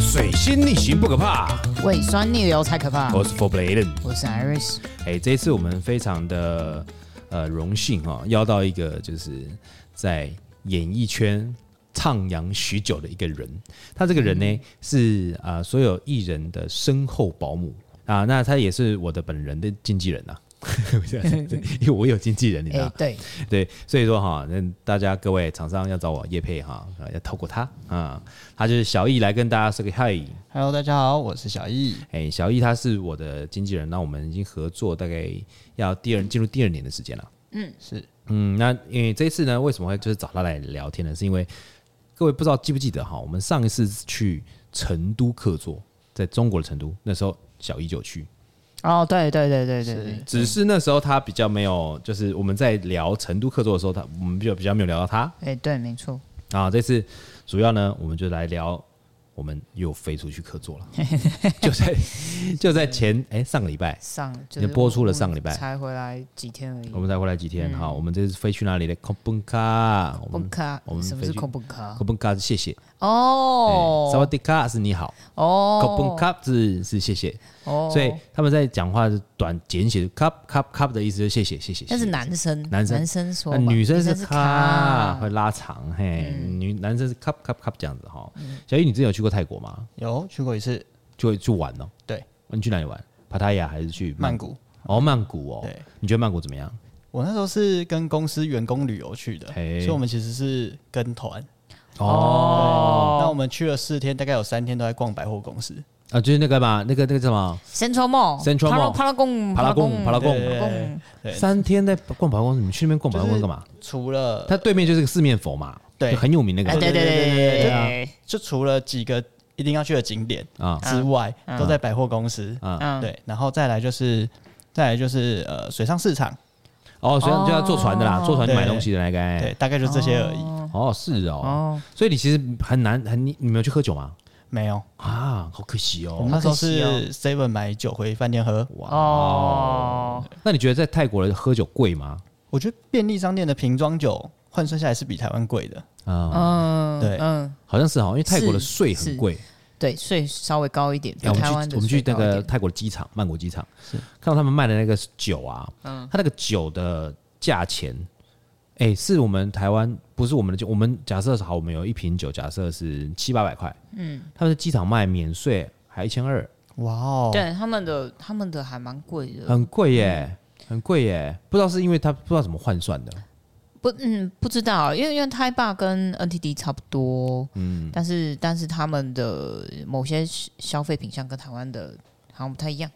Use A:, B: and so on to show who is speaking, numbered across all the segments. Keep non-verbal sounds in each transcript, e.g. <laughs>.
A: 水星逆行不可怕，
B: 胃酸逆流才可怕。
A: 我是 For Bladen。
B: 我是 Iris，
A: 哎，这一次我们非常的呃荣幸哈、哦，邀到一个就是在演艺圈徜徉许久的一个人。他这个人呢是啊、呃所有艺人的身后保姆啊，那他也是我的本人的经纪人呐、啊 <laughs> 因为我有经纪人，你知
B: 哎、
A: 道。
B: 对，
A: <laughs> 对，所以说哈，那大家各位厂商要找我叶配哈，呃要透过他啊、他就是小易来跟大家 say 个 hi。
C: Hello，大家好，我是小易。
A: 哎，小易他是我的经纪人，那我们已经合作大概要第二进入第二年的时间了。
C: 是
A: 嗯，那因为这一次呢，为什么会就是找他来聊天呢？是因为各位不知道记不记得哈，我们上一次去成都客座，在中国的成都，那时候小易就有去，
B: 哦，对对对对对对，
A: 只是那时候他比较没有，就是我们在聊成都客座的时候，他我们比较比较没有聊到他。
B: 哎、对，没错，
A: 啊，这次主要呢，我们就来聊，我们又飞出去客座
B: <laughs>
A: 了，就在就在前哎、上个礼拜，
B: 上就
A: 你
B: 是
A: 播出了
B: 我
A: 上个礼拜
B: 才回来几天而已
A: 我。们才回来几
B: 嗯
A: 天哈、我们这次飞去哪里呢？空本卡，我
B: 蹦
A: 们
B: 卡
A: 我，们
B: 啊什么
A: 飞
B: 是
A: 去
B: 空蹦卡
A: 空？本卡是谢谢，萨瓦
B: 啊哦
A: 迪卡是你好，空本
B: 哦
A: 卡是是谢谢，
B: 哦，
A: 所以他们在讲话是短简写，cup cup cup 的意思就是谢谢谢谢，
B: 那是
A: 谢谢
B: 男生，
A: 男生
B: 男生说
A: 那
B: 吧，
A: 呃女生是
B: 是
A: 卡
B: 卡
A: 会拉长嘿，女男生是 cup cup cup 这样子哈。小易，你之前有去过泰国吗？
C: 有去过一次
A: 就去玩哦。
C: 对，
A: 你去哪里玩？帕塔亚还是去
C: 曼？谷，
A: 哦，曼谷哦
C: 对。
A: 你觉得曼谷怎么样？
C: 我那时候是跟公司员工旅游去的，
A: 嘿
C: 所以我们其实是跟团。哦
A: 哦，
C: 那我们去了四天，大概有三天都在逛百货公司。
A: 啊，就是那个嘛，那个那个叫什么
B: Central Mall
A: Central Mall
B: 帕拉贡
A: 帕拉贡，帕拉
C: 对
A: 贡，
C: 对
B: 哦
C: 对对
A: 三天在逛百货公司，你去那边逛百货公司干嘛？
C: 除了
A: 它对面就是个四面佛嘛，
C: 呃对
A: 就很有名那个
B: 哎，
A: 嘛
B: 对对对对对对对，
C: 就除了几个一定要去的景点
A: 啊
C: 之外，都在百货公司。
A: 啊
B: 嗯，
C: 对，然后再来就是再来就是呃水上市场，
A: 哦，所以就要坐船的啦，坐船去买
C: 对
A: 东西的那个
C: 对，
A: 哎。
C: 大概就这些而已。
A: 哦，是哦，
B: 哦，
A: 所以你其实很难很你你没有去喝酒吗？
C: 没有，
A: 啊，好可惜
C: 我们
A: 哦。
C: 那时候
B: 好可
C: 是 Seven 买酒回饭店喝。
A: 哇
B: 哦，
A: 那你觉得在泰国的喝酒贵吗？
C: 我觉得便利商店的瓶装酒换算下来是比台湾贵的。
A: 啊，
B: 嗯，
C: 对
B: 嗯，
A: 好像是哦哈，因为泰国的
B: 是
A: 税很
B: 是
A: 贵。
B: 对，税稍微高一点，比
A: 哎我
B: 台
A: 们
B: 湾
A: 去
B: 的
A: 我们去
B: 税
A: 那
B: 高一
A: 个
B: 点
A: 泰国的机场，曼谷机场，看到他们卖的那个酒啊，嗯，他那个酒的价钱，哎、是我们台湾不是我们的酒，我们假设是好，我们有一瓶酒，假设是七八百块，嗯，他们在机场卖免税还一千二，
C: 哇哦，
B: 对他们的他们的还蛮贵的，
A: 很贵耶，很贵耶，不知道是因为他不知道怎么换算的，
B: 不，嗯，不知道，因为因为泰霸跟 NTD 差不多，嗯，但是但是他们的某些消消费品项跟台湾的好像不太一样，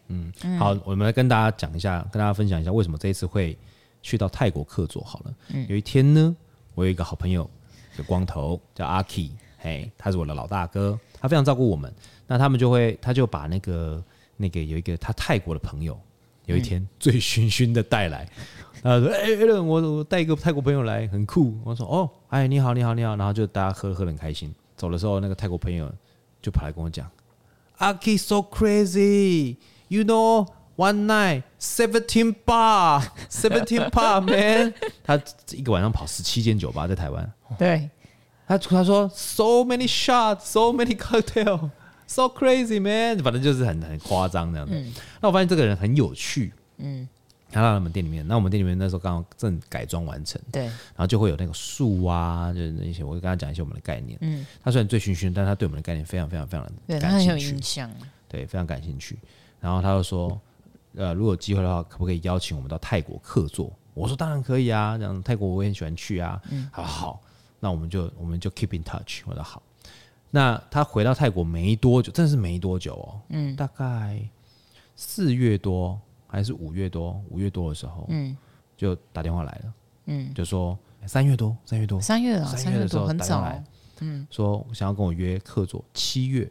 A: 好，我们来跟大家讲一下，跟大家分享一下为什么这一次会去到泰国客座好了。有一天呢，我有一个好朋友，有光头叫阿 K，嘿，他是我的老大哥，他非常照顾我们。那他们就会，他就把那个那个有一个他泰国的朋友，有一天醉醺醺的带来，他说：“哎、a l a n 我我带一个泰国朋友来，很酷。”我说：“哦，哎，你好，你好，你好。”然后就大家喝喝得很开心。走的时候，那个泰国朋友就跑来跟我讲：“Aki so crazy, you know one night seventeen bar, <laughs> seventeen bar man。”他一个晚上跑十七间酒吧，在台湾。
B: 对，
A: 他他说 so many shots, so many cocktail, so crazy man，反正就是很很夸张这样子。那我发现这个人很有趣，嗯，他到我们店里面，那我们店里面那时候刚好正改装完成，
B: 对，
A: 然后就会有那个树啊，就是那些，我就跟他讲一些我们的概念。嗯，他虽然醉醺醺，但他对我们的概念非常非常非常
B: 对
A: 的
B: 他很
A: 感
B: 有
A: 兴趣
B: 印，象，
A: 对，非常感兴趣。然后他就说，呃，如果有机会的话，可不可以邀请我们到泰国客座？我说当然可以啊，这样泰国我也很喜欢去啊。他说好，那我们就我们就 keep in touch。我说好。那他回到泰国没多久，真的是没多久哦，嗯，大概四月多还是五月多，五月多的时候，嗯，就打电话来了，嗯，就说三月多，三月多，
B: 三月啊，
A: 三
B: 三
A: 月的时
B: 多
A: 候
B: 很
A: 打电话
B: 早
A: 来，，嗯，说想要跟我约客座，七月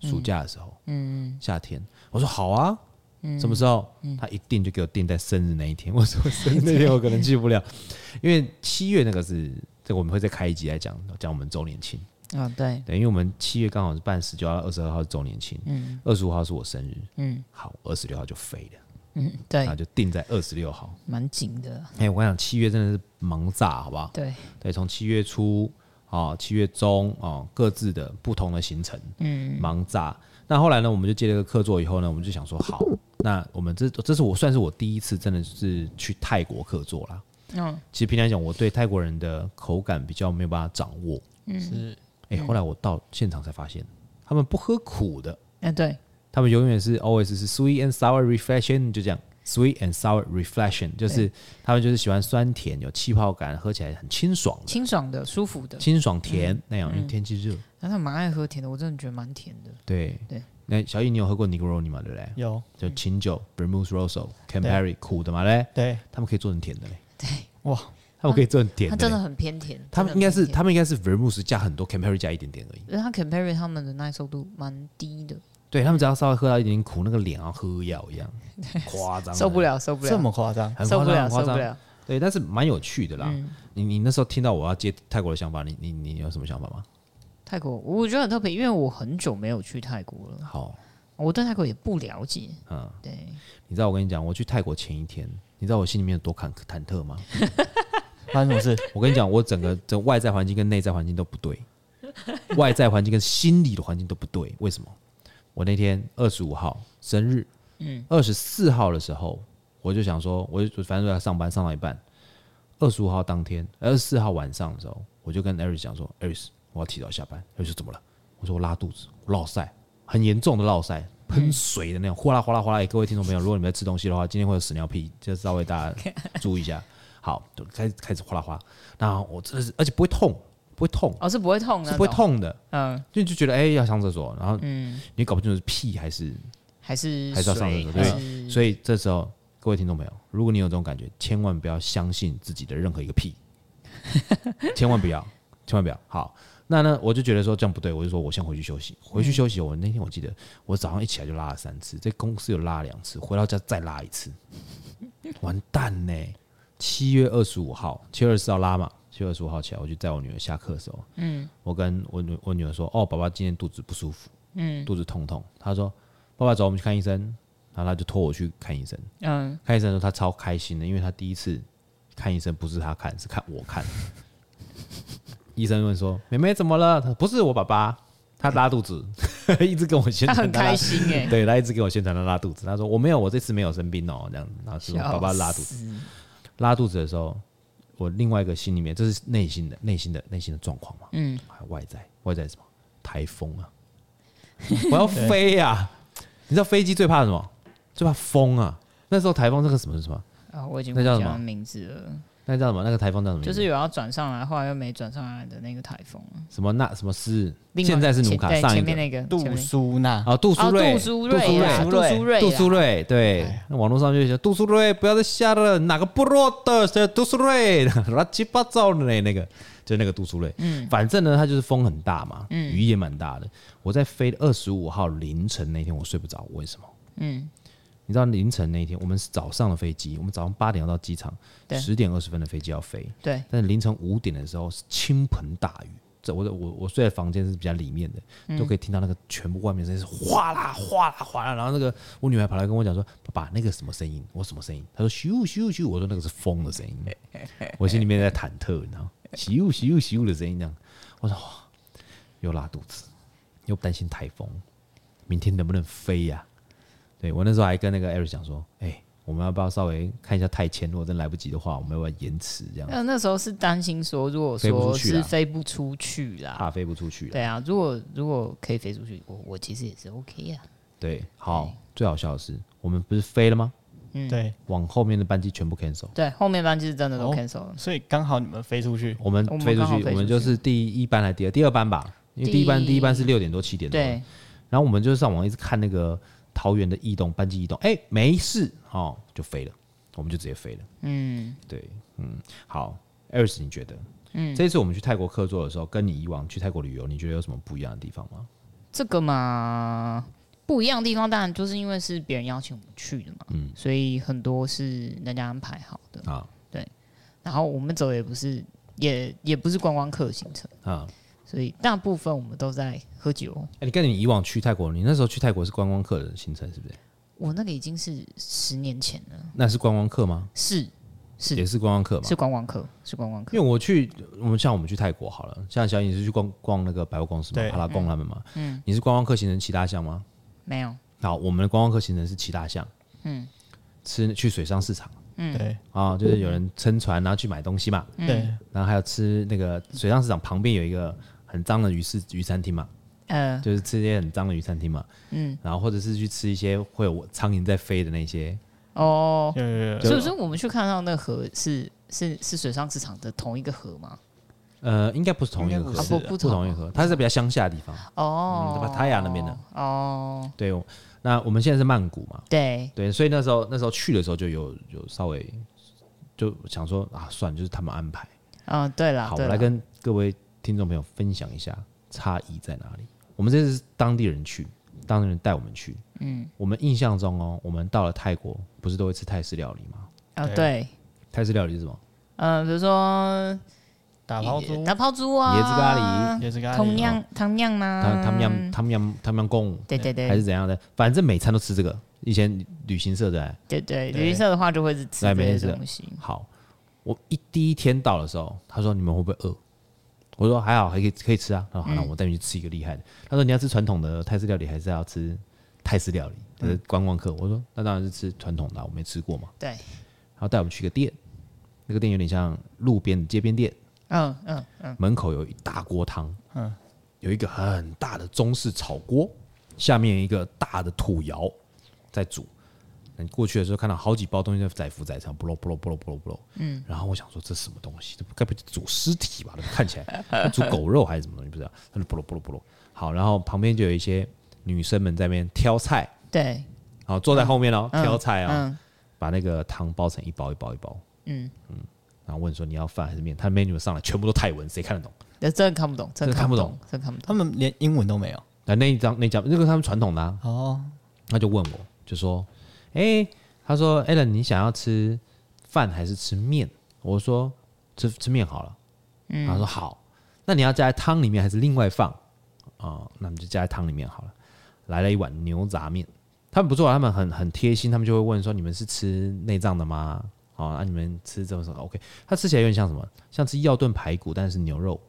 A: 暑假的时候，嗯，夏天，我说好啊，什么时候？他一定就给我定在生日那一天。我说我生日那天我可能去不了， <laughs> 因为七月那个是这个我们会再开一集来讲讲我们周年庆，
B: 啊，对，
A: 对，因为我们七月刚好是办十九号、二十二号是周年庆，嗯，二十五号是我生日，嗯，好，二十六号就飞了，
B: 嗯，对
A: 那，就定在二十六号。
B: 蛮紧的，
A: 哎、我想七月真的是忙炸，好不好？
B: 对，
A: 对，从七月初啊、七月中啊、各自的不同的行程，嗯，忙炸。那后来呢，我们就接了个客座以后呢，我们就想说，好，那我们这这是我算是我第一次真的是去泰国客座啦。
B: 嗯，
A: 其实平常讲，我对泰国人的口感比较没有办法掌握。
C: 是
A: 哎、后来我到现场才发现，他们不喝苦的，
B: 哎，对，
A: 他们永远是 always 是 sweet and sour reflection，就这样 sweet and sour reflection，就是他们就是喜欢酸甜，有气泡感，喝起来很清爽的，
B: 清爽的、舒服的，
A: 清爽甜、
B: 嗯
A: 那样，因为天气热。
B: 但他蛮爱喝甜的，我真的觉得蛮甜的。
A: 对
B: 对。嗯
A: 那小易，你有喝过 Negroni 吗？对不对？
C: 有
A: 就清酒、Vermouth Rosso、Campari 苦的嘛嘞，
C: 对
A: 他们可以做成甜的嘞，
C: 哇，
A: 他们可以做成甜
B: 它
A: 的
B: 真的
A: 嘞。
B: 很偏甜，
A: 他们应该是
B: 它，
A: 他们应该是 Vermouth 加很多 Campari 加一点点而已。
B: 因为它 compare 他们的耐受度蛮低的，
A: 对他们只要稍微喝到一点点苦，那个脸啊喝药一
B: <laughs>
A: 样，夸张，
B: 受不，了，受不
C: 这
B: 了，
C: 么夸张？
A: 很
B: 受
A: 夸
B: 不
A: 张，
B: 了，
A: 很
B: 受
A: 夸
B: 不
A: 张。
B: 了。
A: 对，但是蛮有趣的啦。
B: 嗯
A: 你你那时候听到我要接泰国的想法，你你你有什么想法吗？
B: 泰国我觉得很特别，因为我很久没有去泰国了，
A: 好，
B: 我对泰国也不了解。
A: 嗯，
B: 对，
A: 你知道我跟你讲，我去泰国前一天，你知道我心里面有多忐忐忑吗？
C: 发生什么事？
A: 我跟你讲，我整个整个外在环境跟内在环境都不对， <laughs> 外在环境跟心理的环境都不对。为什么？我那天二十五号生日，嗯，二十四号的时候，我就想说，我就反正我要上班，上到一半，二十五号当天，二十四号晚上的时候，我就跟 Eris 讲说，Eris，我要提早下班。Eris 说怎么了？我说我拉肚子，我落塞，很严重的落塞。喷水的那种，哗啦哗啦哗啦！哎各位听众朋友，如果你们在吃东西的话，今天会有屎尿屁，就稍微大家注意一下。好，就开始开始哗啦哗啦。那我真的是，而且不会痛，不会痛，
B: 哦，是不会痛的，
A: 是不会，痛的。
B: 嗯，
A: 就就觉得哎、要上厕所，然后你搞不清楚是屁还是，
B: 还是
A: 还是要上
B: 水
A: 厕所
B: 还
A: 对
B: 是
A: 所以这时候各位听众朋友，如果你有这种感觉，千万不要相信自己的任何一个屁， <laughs> 千万不要，千万不要。好，那呢我就觉得说这样不对，我就说我先回去休息，回去休息。我那天我记得我早上一起来就拉了三次，在公司有拉了两次，回到家再拉一次， <laughs> 完蛋呢、七月二十五号，七月二十四号拉嘛，七月二十五号起来，我就载我女儿下课的时候，嗯，我跟我女我女儿说，哦，爸爸今天肚子不舒服，嗯，肚子痛痛。她说，爸爸走，我们去看医生。然后她就拖我去看医生，
B: 嗯，
A: 看医生的时候她超开心的，因为她第一次看医生不是她看，是看我看。 <laughs> 医生问说，妹妹怎么了？她说不是我爸爸，他拉肚子， <laughs> 一直跟我宣
B: 他
A: 传
B: 很
A: 拉
B: 开心哎、
A: 对，他一直给我宣传他拉肚子，他说我没有，我这次没有生病哦，这样子，然后是我爸爸拉肚子，拉肚子的时候，我另外一个心里面，这是内心的、内心的、内心的状况嘛，嗯，还有外在，外在是什么？台风啊，我
B: <laughs>
A: 要飞呀、 <laughs> 啊！你知道飞机最怕什么？最怕风啊！那时候台风这个什么是什么？
B: <laughs> 啊、我已经
A: 那
B: 不
A: 叫什
B: 讲
A: 么嗯
B: 他名字了，
A: 那叫什么？那个台风叫什么名
B: 就
A: 字？
B: 是有要转上来，后来又没转上来的那个台风。
A: 什么那什么斯？
B: 另外
A: 现在是努
B: 前
A: 卡
B: 对
A: 上一
B: 前
A: 个
B: 面那个
C: 杜
B: <laughs> 前面
C: 苏娜，
A: 啊，杜苏芮，
B: 哦杜苏芮啦，杜
C: 杜苏芮
B: 苏啊哎芮啦，
A: 杜苏芮，对，那网络上就写杜苏芮，不要再下了，哪个部落的是杜苏芮， <laughs> 乱七八糟的嘞，那个就那个杜苏芮，嗯，反正呢，它就是风很大嘛，
B: 嗯
A: 雨也蛮大的。我在飞二十五号凌晨那天，我睡不着，为什么？嗯，你知道凌晨那天，我们是早上的飞机，我们早上八点要到机场，
B: 对
A: 十点二十分的飞机要飞，
B: 对，
A: 但是凌晨五点的时候是倾盆大雨。这我的我我睡的房间是比较里面的，都可以听到那个全部外面声音是哗啦哗啦哗啦。然后那个我女儿跑来跟我讲说：“爸爸，那个什么声音？”我说什么声音？她说：“咻咻咻！”我说：“那个是风的声音。”我心里面在忐忑，你知道吗？咻咻咻的声音这样。我说：“哇，又拉肚子，又担心台风，明天能不能飞呀、对我那时候还跟那个 Eric 讲说：“哎、我们要不要稍微看一下太签？如果真来不及的话，我们要不要延迟这样？”
B: 那那时候是担心说，如果
A: 飞不出
B: 说
A: 去啦啊
B: 是飞不出去啦，
A: 怕飞不出去了。
B: 对啊，如果如果可以飞出去，我我其实也是 OK 啊呀、
A: 对，好，最好笑的是，我们不是飞了吗？
B: 嗯
C: 对，
A: 往后面的班机全部 cancel，
B: 对，后面班就是真的都
C: 哦
B: cancel 了，
C: 所以刚好你们飞出去，
A: 我们
B: 我们
A: 飞出
B: 刚好
A: 去，
B: 飞
A: 我们
B: 出
A: 就
B: 去
A: 是第一班还是第二第二班吧？因为第一班
B: 第
A: 第一班是六点多七点多，
B: 对，
A: 然后我们就上网一直看那个桃园的异动班机异动，哎、没事哦，就飞了，我们就直接飞了。嗯，对，嗯，好，Eris，你觉得？嗯，这一次我们去泰国客座的时候，跟你以往去泰国旅游，你觉得有什么不一样的地方吗？
B: 这个嘛不一样的地方，当然就是因为是别人邀请我们去的嘛，所以很多是人家安排好的，
A: 嗯啊
B: 然后我们走也不是也也不是观光客行程，
A: 啊，
B: 所以大部分我们都在喝酒。
A: 哎、你跟你以往去泰国，你那时候去泰国是观光客的行程是不是？
B: 我那个已经是十年前了，
A: 那是观光客吗？
B: 是是
A: 也是观光客嘛
B: 是。观光客，是观光客
A: 因为。我去，我们像我们去泰国好了，像小颖是去逛逛那个百货公司嘛，
C: 对
A: 帕拉贡他们嘛。嗯，你是观光客行程骑大象吗？
B: 没有，
A: 好，我们的观光客行程是骑大象，嗯，吃去水上市场
C: 对
B: 嗯
A: 啊，就是有人撑船然后去买东西嘛，
C: 对，
A: 然后还有吃那个水上市场旁边有一个很脏的鱼市鱼餐厅嘛，
B: 呃，
A: 就是吃一些很脏的鱼餐厅嘛，嗯，然后或者是去吃一些会有苍蝇在飞的那些，
B: 哦，
C: 有有有
B: 所以说我们去看到那河是是是水上市场的同一个河吗？
A: 呃，应该不是同一个
C: 应该
A: 河，
C: 不是
B: 啊不不同
A: 同一个河，它是在比较乡下的地方，
B: 哦，
A: 嗯，把泰雅那边的，
B: 哦，
A: 对，我那我们现在是曼谷嘛，
B: 对，
A: 对，所以那时候那时候去的时候就有有稍微就想说啊，算了，就是他们安排。
B: 嗯、对了，
A: 好，
B: 对
A: 我
B: 啦
A: 来跟各位听众朋友分享一下差异在哪里。我们这次是当地人去，当地人带我们去。嗯，我们印象中哦，我们到了泰国不是都会吃泰式料理吗？
B: 啊、对，
A: 泰式料理是什么？
B: 嗯、比如说
C: 打抛猪、
B: 打抛猪
A: 椰
B: 啊，
A: 子咖
C: 也是咖
B: 同
C: 喱，
B: 样同样呢，
A: 他他们
B: 嗯
A: 样他们样他们样贡
B: 对对
A: 还
B: 对
A: 是怎样的？反正每餐都吃这个。以前旅行社的、
B: 对对，
C: 对
B: 旅行社的话就会是吃
A: 对
B: 这
A: 没
B: 些
A: 事
B: 东西，
A: 好，我一第一天到的时候，他说你们会不会饿？我说还好，还可以可以吃啊。他说好，那我带你去吃一个厉害的。他说你要吃传统的泰式料理，还是要吃泰式料理？就是观光客。我说那当然是吃传统的啊、我没吃过嘛。
B: 对，
A: 然后带我们去一个店，那个店有点像路边的街边店，
B: 嗯嗯
A: 门口有一大锅汤，嗯，有一个很大的中式炒锅，下面一个大的土窑在煮。你过去的时候看到好几包东西在载浮载沉，不咯不咯不咯不咯不咯，嗯，然后我想说这是什么东西？这不该不是煮尸体吧？这看起
B: <laughs>
A: 来煮狗肉还是什么东西？不知道，他就不咯不咯不咯。好，然后旁边就有一些女生们在那边挑菜，
B: 对，
A: 好坐在后面哦，挑菜哦，
B: 嗯
A: 把那个汤包成一包一包一包，嗯然后问说你要饭还是面？他 menu 上来全部都泰文，谁看得懂？
B: 那真的看不懂，真的
A: 真的看
B: 不
A: 不
B: 懂，真的看不懂。
C: 他们连英文都没有
A: 那那一张那一张那个他们传统的、啊，
C: 哦，
A: 他就问我，就说，诶，他说 a l a n 你想要吃饭还是吃面？我说吃吃面好了。嗯，他说好，那你要加在汤里面还是另外放？啊、那我们就加在汤里面好了。来了一碗牛杂面，他们不错啊，他们很很贴心，他们就会问说你们是吃内脏的吗？哦，那、你们吃这种什么？OK，它吃起来有点像什么？像吃药炖排骨，但是牛肉，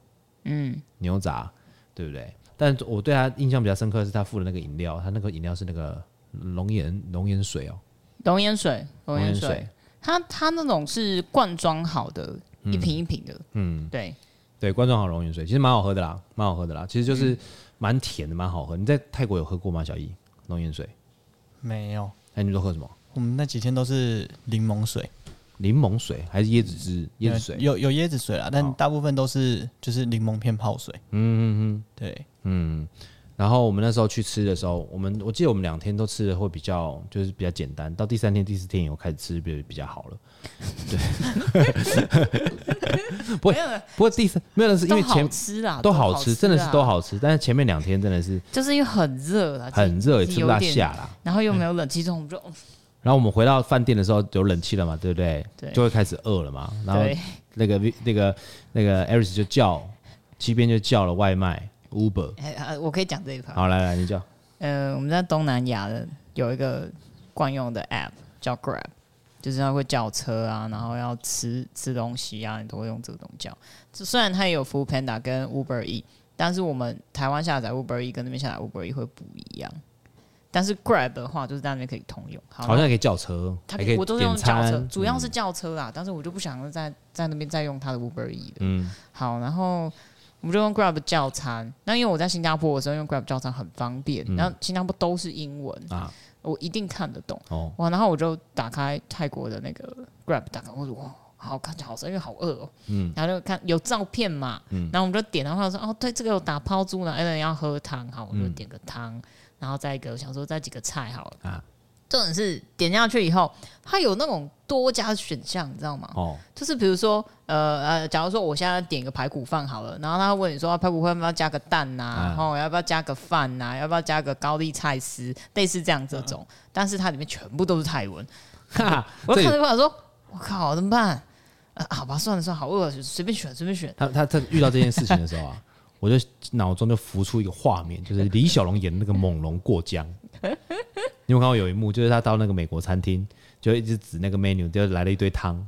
A: 嗯，牛杂，对不对？但我对他印象比较深刻的是他附的那个饮料，他那个饮料是那个龙眼龙眼水哦，
B: 龙眼水，龙眼
A: 龙
B: 水，它它那种是罐装好的，一瓶一瓶的，嗯，对，
A: 对，观众好龙眼水，其实蛮好喝的啦，蛮好喝的啦，其实
B: 嗯
A: 就是蛮甜的，蛮好喝。你在泰国有喝过吗？小易龙眼水？
C: 没有。
A: 哎，你们都喝什么？
C: 我们那几天都是柠檬水，
A: 柠檬水还是椰子汁？
B: 嗯
A: 椰子水？
C: 有有椰子水啦，
B: 哦
C: 但大部分都是就是柠檬片泡水。嗯嗯嗯，对，
A: 然后我们那时候去吃的时候，我们我记得我们两天都吃的会比较就是比较简单，到第三天、第四天以后开始吃比比较好了。对，不会不过第三没有那是因
B: 都
A: 为
B: 好
A: 前
B: 吃啊啦，
A: 都
B: 好
A: 好吃，真的是
B: 啦
A: 都，好吃，但是前面两天真的是
B: 就是因为很热啦，
A: 很热，也吃不
B: 有
A: 大
B: 点
A: 下啦。
B: 然后又没有冷气，这种就 <laughs> 嗯
A: 然后我们回到饭店的时候有冷气了嘛，对不对？
B: 对
A: 就会开始饿了嘛。然后
B: 对
A: 那个 Vi- 那个那个 Eris 就叫七边就叫了外卖 Uber。
B: 哎啊我可以讲这一趴。
A: 好，来来你叫，
B: 呃，我们在东南亚的有一个惯用的 app 叫 Grab，就是它会叫车啊，然后要吃吃东西啊，你都会用这个东西叫。这虽然它也有 Food Panda 跟 Uber E，但是我们台湾下载 Uber E 跟那边下载 Uber E 会不一样。但是 Grab 的话，就是在那边可以通用。好，
A: 好像也可以叫车，
B: 它
A: 还
B: 可
A: 可
B: 以
A: 以
B: 我都是用
A: 点
B: 轿车
A: 餐，，嗯
B: 主要是轿车啦。但是我就不想在在那边再用它的 Uber E 了。
A: 嗯
B: 好，然后我们就用 Grab 叫餐。那因为我在新加坡的时候用 Grab 叫餐很方便，然后新加坡都是英文，
A: 嗯啊
B: 我一定看得懂。
A: 哦，
B: 哇，然后我就打开泰国的那个 Grab，打开我说哇。好看起来好吃，因为好饿哦。嗯，然后就看有照片嘛，
A: 嗯
B: 然后我们就点，然后他说哦，对，这个有打抛猪呢，哎，人要喝汤，好，我就点个汤，然后再一个我想说再几个菜好了。
A: 嗯啊
B: 重点是点下去以后，它有那种多家选项，你知道吗？
A: 哦，
B: 就是比如说，呃呃，假如说我现在点一个排骨饭好了，然后他会问你说、啊排骨饭要不要加个蛋呐、
A: 啊
B: 然后、要不要加个饭呐、要不要加个高丽菜丝，类似这样这
C: 啊
B: 种，但是它里面全部都是泰文，
A: 哈哈，
B: <laughs> 我
A: <laughs>
B: 就
A: 这
B: 看
A: 里
B: 这块说，我靠，怎么办？呃，好吧，算了算了，好饿，随便选随便选。 <laughs>
A: 他他他遇到这件事情的时候啊，我就脑中就浮出一个画面，就是李小龙演的那个猛龙过江，你有没有看到有一幕，就是他到那个美国餐厅，就一直指那个 menu，就来了一堆汤，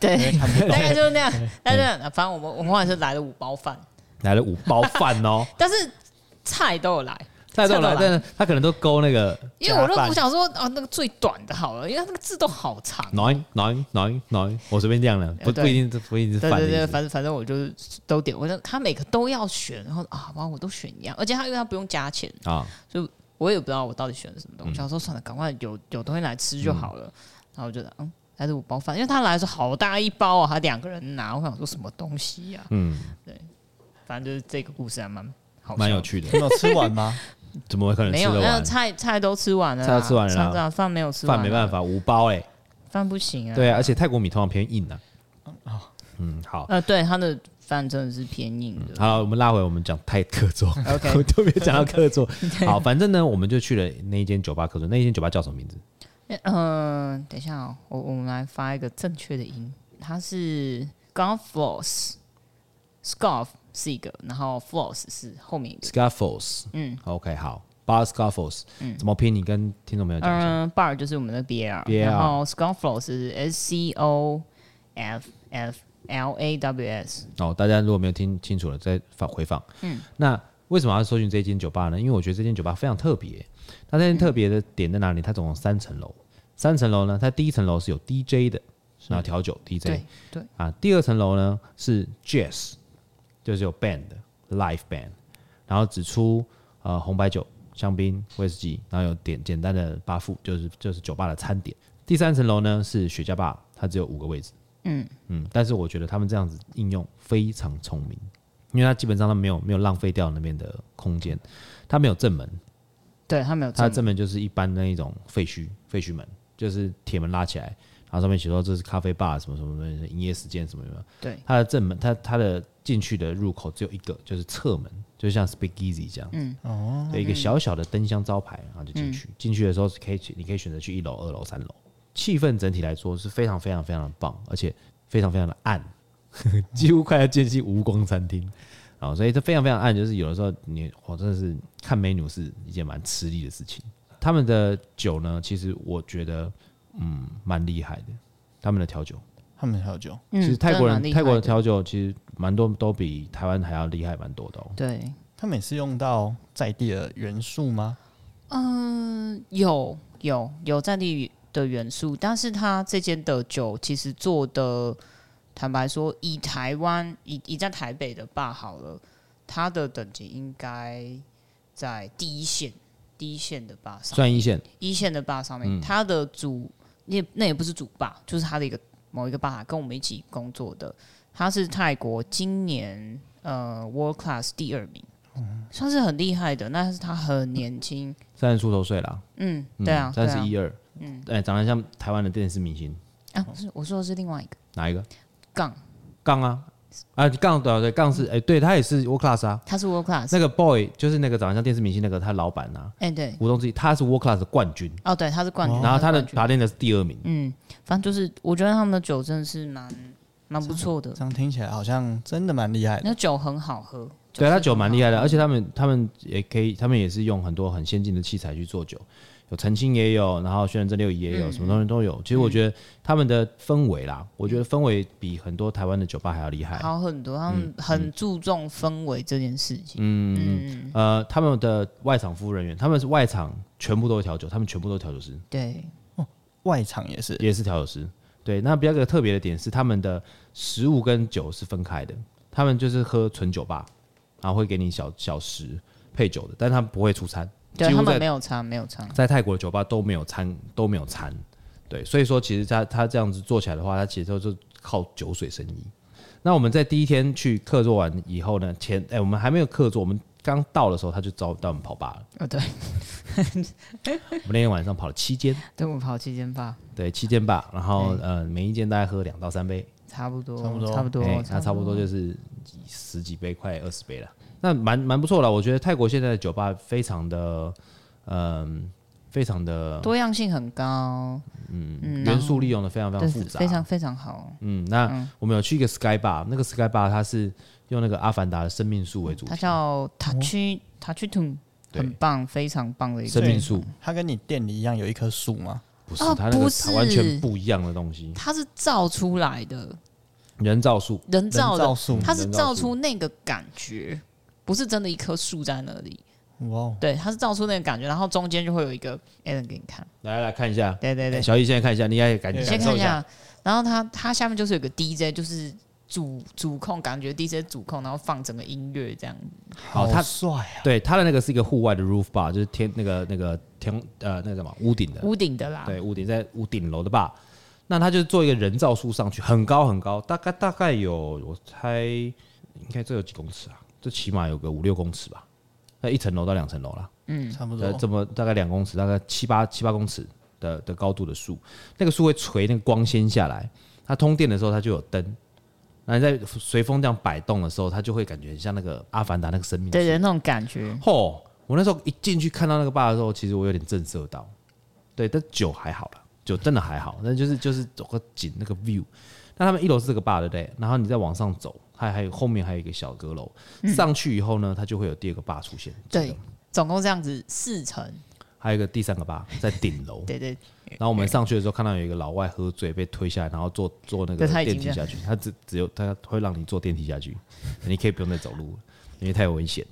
B: 对，
C: 哎看不懂哎
B: 大概就是那样。但是啊反正我们我们后来是来了五包饭，
A: 来了五包饭哦，
B: 但是菜都有来，
A: 再到来，
B: 菜都
A: 但是他可能都勾那个
B: 因为我
A: 都
B: 都不想说啊那个最短的好了，因为它那个字都好长。
A: nine nine nine nine，我随便这样了，不
B: 呃对
A: 不一定不一定是
B: 对
A: 饭的
B: 对
A: 意
B: 对，
A: 思，
B: 反正反正我就是都点，我就他每个都要选，然后啊，完我都选一样，而且他因为他不用加钱，
A: 啊，
B: 我也不知道我到底选了什么
A: 嗯
B: 东西。我想说算了，赶快有有东西来吃就好了。然后我觉得嗯，还是五包饭，因为他来的时候好大一包啊，他两个人拿，我想说什么东西呀、
A: 嗯，
B: 反正就是这个故事还蛮好，
A: 蛮有。趣的，
C: 没有吃完吗？ <laughs>
A: 怎么可能
B: 没
A: 吃
B: 有，
A: 得
B: 那
A: 完
B: 个？菜菜都吃完了啦，
A: 菜都吃完了啦
B: 菜啊饭没有吃完，
A: 饭没办，法，五包哎，
B: 饭不行啊。
A: 对啊，而且泰国米通常偏硬啊，
B: 哦
A: 嗯，好，
B: 呃，对，他的饭真的是偏硬的。
A: 好了，我们拉回我们讲泰客座 <laughs>
B: OK
A: 我们特别讲到客
B: <laughs>
A: 座。好，反正呢，我们就去了那一间酒吧客座。那一间酒吧叫什么名字？
B: 嗯，等一下、哦，我我们来发一个正确的音，它是 golf floss scarf 是一个，然后 floss 是后面一个，
A: Scuffles。嗯，OK，好，Bar Scuffles。怎么拼？你跟听众朋友讲一下。
B: 嗯，bar 就是我们的 BL，,
A: BL
B: 然后 scarf floss 是 S C O F F L A W S，
A: 哦，大家如果没有听清楚了，再放回放。嗯，那为什么要搜寻这间酒吧呢？因为我觉得这间酒吧非常特别。那这间特别的点在哪里？它总共三层楼，三层楼呢，它第一层楼是有 DJ 的，然后调酒 DJ。
B: 对对，
A: 啊，第二层楼呢是 jazz，就是有 band 的 live band，然后只出呃红白酒、香槟、威士忌，然后有点简单的八副，就是就是酒吧的餐点。第三层楼呢是雪茄吧，它只有五个位置。嗯嗯，但是我觉得他们这样子应用非常聪明，因为它基本上它没有没有浪费掉那边的空间，它没有正门，
B: 对，他没有
A: 它
B: 正
A: 的正门就是一般那一种废墟废墟门，就是铁门拉起来，然后上面写说这是咖啡吧什么什么什么营业时间什么什么。
B: 对，
A: 它的正门，它它的进去的入口只有一个，就是侧门，就像 Speakeasy 这样。嗯，哦，一个小小的灯箱招牌，然后就进
B: 嗯
A: 去。进、去的时候是可以去，你可以选择去一楼、二楼、三楼。气氛整体来说是非常非常非常的棒，而且非常非常的暗， <laughs> 几乎快要接近无光餐厅。啊、所以这非常非常暗，就是有的时候你我真的是看美女是一件蛮吃力的事情。他们的酒呢，其实我觉得嗯蛮厉害的，他们的调酒。
C: 他们还有酒，
B: 嗯
A: 其实泰国
B: 真的蛮厉
A: 人
B: 害
A: 泰国的
B: 的
A: 调酒其实蛮多都比台湾还要厉害蛮多的、哦。
B: 对，
C: 他们也是用到在地的元素吗？
B: 嗯有有有在地的元素，但是它这间的酒其实做的，坦白说，以台湾以以在台北的吧好了，它的等级应该在第一线，第一线的吧上，
A: 算一线，
B: 一线的吧上面，它的主那那也不是主吧，就是它的一个某一个吧跟我们一起工作的，他是泰国今年呃 World Class 第二名，算是很厉害的，但是他很年轻。
A: 三十出头岁啦，
B: 嗯，对啊，对
A: 三
B: 啊。
A: 十一二，嗯，哎，长得像台湾的电视明星，
B: 啊，不是，我说的是另外一个
A: 哪一个？
B: 杠，
A: 杠啊，啊，杠对啊对，杠是哎、对他也是 World Class 啊。
B: 他是 world class，
A: 那个 boy 就是那个长得像电视明星那个，他老板啊，
B: 哎、对，
A: 吴东志，他是 World Class 的冠军，
B: 哦对，他是冠军，
A: 然后
B: 他
A: 他的
B: 是冠军
A: 打练的是第二名，
B: 嗯，反正就是我觉得他们的酒真的是蛮蛮不错的
C: 这，样听起来好像真的蛮厉害的。
B: 那酒很好喝，
A: 对啊他
B: 是
A: 酒
B: 很
A: 蛮
B: 好
A: 厉害的，
B: 喝
A: 而且他们他们也可以，他们也是用很多很先进的器材去做酒，有澄清也有，然后轩辕蒸馏仪也
B: 嗯
A: 有，什么东西都有。其实我觉得他们的氛围啦，我觉得氛围比很多台湾的酒吧还要厉害。
B: 好很多，他
A: 嗯
B: 们很注重氛围这件事情，
A: 呃，他们的外场服务人员，他们是外场全部都是调酒，他们全部都是调酒师，
B: 对，
C: 外场也是，
A: 也是调酒师。对，那比较个特别的点是，他们的食物跟酒是分开的，他们就是喝纯酒吧，然后会给你小小食配酒的，但他们不会出餐。
B: 对啊
A: 几乎
B: 他
A: 在
B: 们没有差，没有差，
A: 在泰国的酒吧都没有餐都没有餐，对，所以说其实他他这样子做起来的话，他其实就是靠酒水生意。那我们在第一天去客座完以后呢，前哎、我们还没有客座，我们刚到的时候他就招带我们跑吧了。
B: 哦对，
A: <laughs> 我们那天晚上跑了七间，
B: 等我跑期间吧，
A: 对，七间吧，然后
B: 哎
A: 呃每一间大概喝两到三杯，
B: 差不多，
C: 差不多
B: 差不多，
A: 哎那差不多就是十几杯，快二十杯了。那蛮蛮不错了，我觉得泰国现在的酒吧非常的，嗯、非常的嗯
B: 多嗯样性很高，
A: 元素利用的非常非
B: 对，
A: 常复杂，
B: 非常非常好，
A: 嗯，那我们有去一个 Sky Bar，那个 Sky Bar 它是用那个《阿凡达》的生命树为主
B: 嗯它
A: 题，
B: 叫塔区塔区 t u
A: 对
B: 很棒，非常棒的一
A: 生
B: 个。
A: 命树
C: 它跟你店里一样有一棵树吗？
A: 不是
B: 哦
A: 它那
B: 不
A: 个
B: 是
A: 完全不一样的东西，
B: 它是造出来的，
A: 人造树
B: 人造
C: 人造
B: 的，
C: 树，
B: 它是
A: 人造
B: 造
A: 树
B: 出那个感觉，不是真的一棵树在那里。
C: 哇哦，
B: 对，它是造出那个感觉，然后中间就会有一个 Alan 给你看，
A: 来来看一下，哎
B: 对对对，
A: 小易现在看一下，你也感
C: 对
B: 你
A: 感
B: 先
A: 受
B: 看
A: 一
B: 一
A: 下，
B: 下，然后它它下面就是有个 DJ，就是主主控，感觉 DJ 主控，然后放整个音乐这样。
A: 好它
C: 帅啊！
A: 对，它的那个是一个户外的 roof bar，就是天那个那个天呃那个什么屋顶的，
B: 屋顶的啦，
A: 对，屋顶在屋顶楼的 bar。那它就是做一个人造树上去，很高很高，大概大概有我猜应该这有几公尺啊？这起码有个五六公尺吧，那一层楼到两层楼啦。
C: 差不
B: 哦
A: 呃，
C: 多。
A: 这么大概两公尺，大概七八七八公尺的的高度的树，那个树会垂那个光纤下来，它通电的时候它就有灯，那你在随风这样摆动的时候，它就会感觉很像那个阿凡达那个生命树。
B: 对对，那种感觉。
A: 吼！我那时候一进去看到那个坝的时候，其实我有点震慑到。对，但酒还好了，酒真的还好，但就是就是走个景那个 view。那他们一楼是这个坝，对不对？然后你再往上走，还还有后面还有一个小阁楼，上去以后呢，它就会有第二个坝出现。
B: 对，总共这样子四层，
A: 还有一个第三个吧，在顶楼。
B: 对对
A: 然后我们上去的时候，看到有一个老外喝醉被推下来，然后坐坐那个
B: 对他已
A: 电
B: 经
A: 梯下去。他只只有他会让你坐电梯下去，你可以不用再走路了，因为太危险。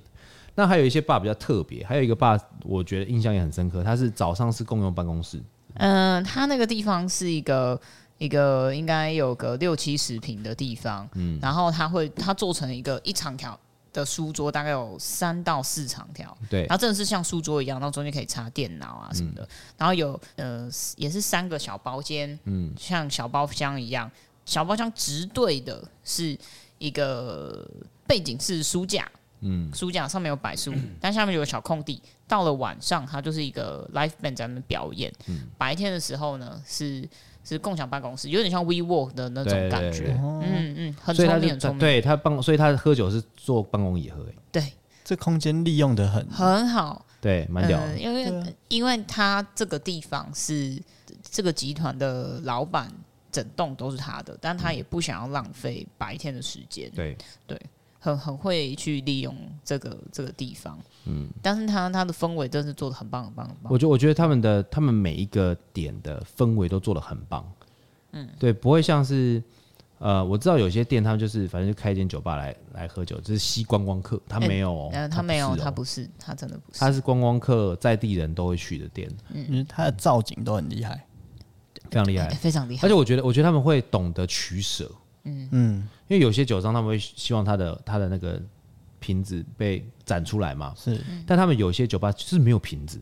A: 那还有一些爸比较特别，还有一个爸，我觉得印象也很深刻。他是早上是共用办公室，
B: 嗯，它那个地方是一个一个应该有个六七十平的地方，嗯，然后它会它做成一个一长条的书桌，大概有三到四长条，
A: 对
B: 然，后真的是像书桌一样，然后中间可以插电脑啊什么的，然后有呃也是三个小包间，嗯，像小包厢一样，小包厢直对的是一个呃背景是书架，嗯，书架上面有摆书，
A: 嗯
B: 但下面有个小空地。到了晚上，它就是一个 live band 在那边表演，白天的时候呢是是共享办公室，有点像 WeWork 的那种
A: 对
B: 感
A: 对
B: 觉，
A: 对哦
B: 嗯嗯，很
A: 所以他
B: 聪
A: 就
B: 明，很聪明，
A: 对他办，所以他喝酒是坐办公椅喝、欸，
B: 对，
C: 这空间利用的很，
B: 很好。
A: 对，蛮屌的。
B: 嗯因为、
C: 对啊
B: 因为他这个地方是这个集团的老板，整栋都是他的，但他也不想要浪费白天的时间，
A: 对，
B: 很很会去利用这个这个地方。嗯，但是他他的氛围真的是做的很棒，很棒，很棒。
A: 我觉得，我觉得他们的他们每一个点的氛围都做的很棒，嗯，对，不会像是呃，我知道有些店他们就是反正就开一间酒吧来来喝酒，就是吸观光客，他
B: 哎
A: 没有、哦
B: 嗯，他没有，
A: 他
B: 他
A: 不是哦
B: 不是，他真的不是。
A: 他是观光客在地人都会去的店，
C: 嗯它的造景都很厉害。
A: 非常厉害
B: 哎。非常厉害
A: 而且。我觉得，我觉得他们会懂得取舍，
C: 嗯，
A: 因为有些酒商他们会希望他的他的那个瓶子被展出来嘛，
C: 是
A: 但他们有些酒吧就是没有瓶子，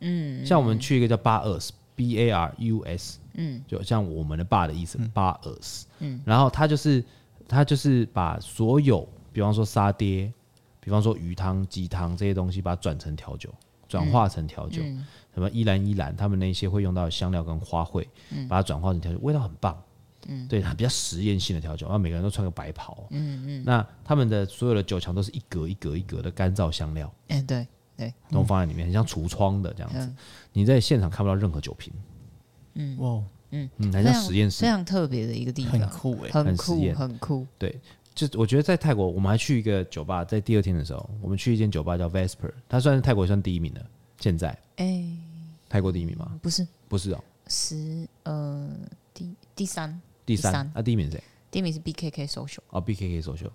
A: 嗯，像我们去一个叫 Bar US B A R U S，嗯，就像我们的 bar 的意思、Bar US，嗯，然后他就是他就是把所有，比方说沙爹，比方说鱼汤、鸡汤这些东西，把它转成调酒，转化成调酒，什么依兰依兰，他们那些会用到的香料跟花卉，
B: 嗯
A: 把它转化成调酒，味道很棒。嗯，对，它比较实验性的调酒，然后每个人都穿个白袍。嗯嗯，那他们的所有的酒墙都是一格一格一格的干燥香料，
B: 哎、对对，
A: 都放在里面，很像橱窗的这样
B: 嗯
A: 子。你在现场看不到任何酒瓶，
C: 哇哦，
A: 嗯，很
B: 非
A: 像
B: 常
A: 实验室
B: 非。常特别的一个
A: 嗯
B: 地
C: 很
B: 方，
C: 酷哎。
A: 很
B: 很
A: 实
B: 酷，
A: 验
B: 很酷。
A: 就我觉得在泰国，我们还去一个酒吧，在第二天的时候，我们去一间酒吧叫 Vesper，它算是泰国也算第一名的，现在
B: 哎、
A: 泰国第一名吗？
B: 不是
A: 不是哦，
B: 十呃第第三
A: 第
B: 第
A: 三啊
B: 三。
A: 那第一名是谁？
B: 第一名是 BKK Social。
A: 哦，BKK 首
B: 嗯
A: 秀。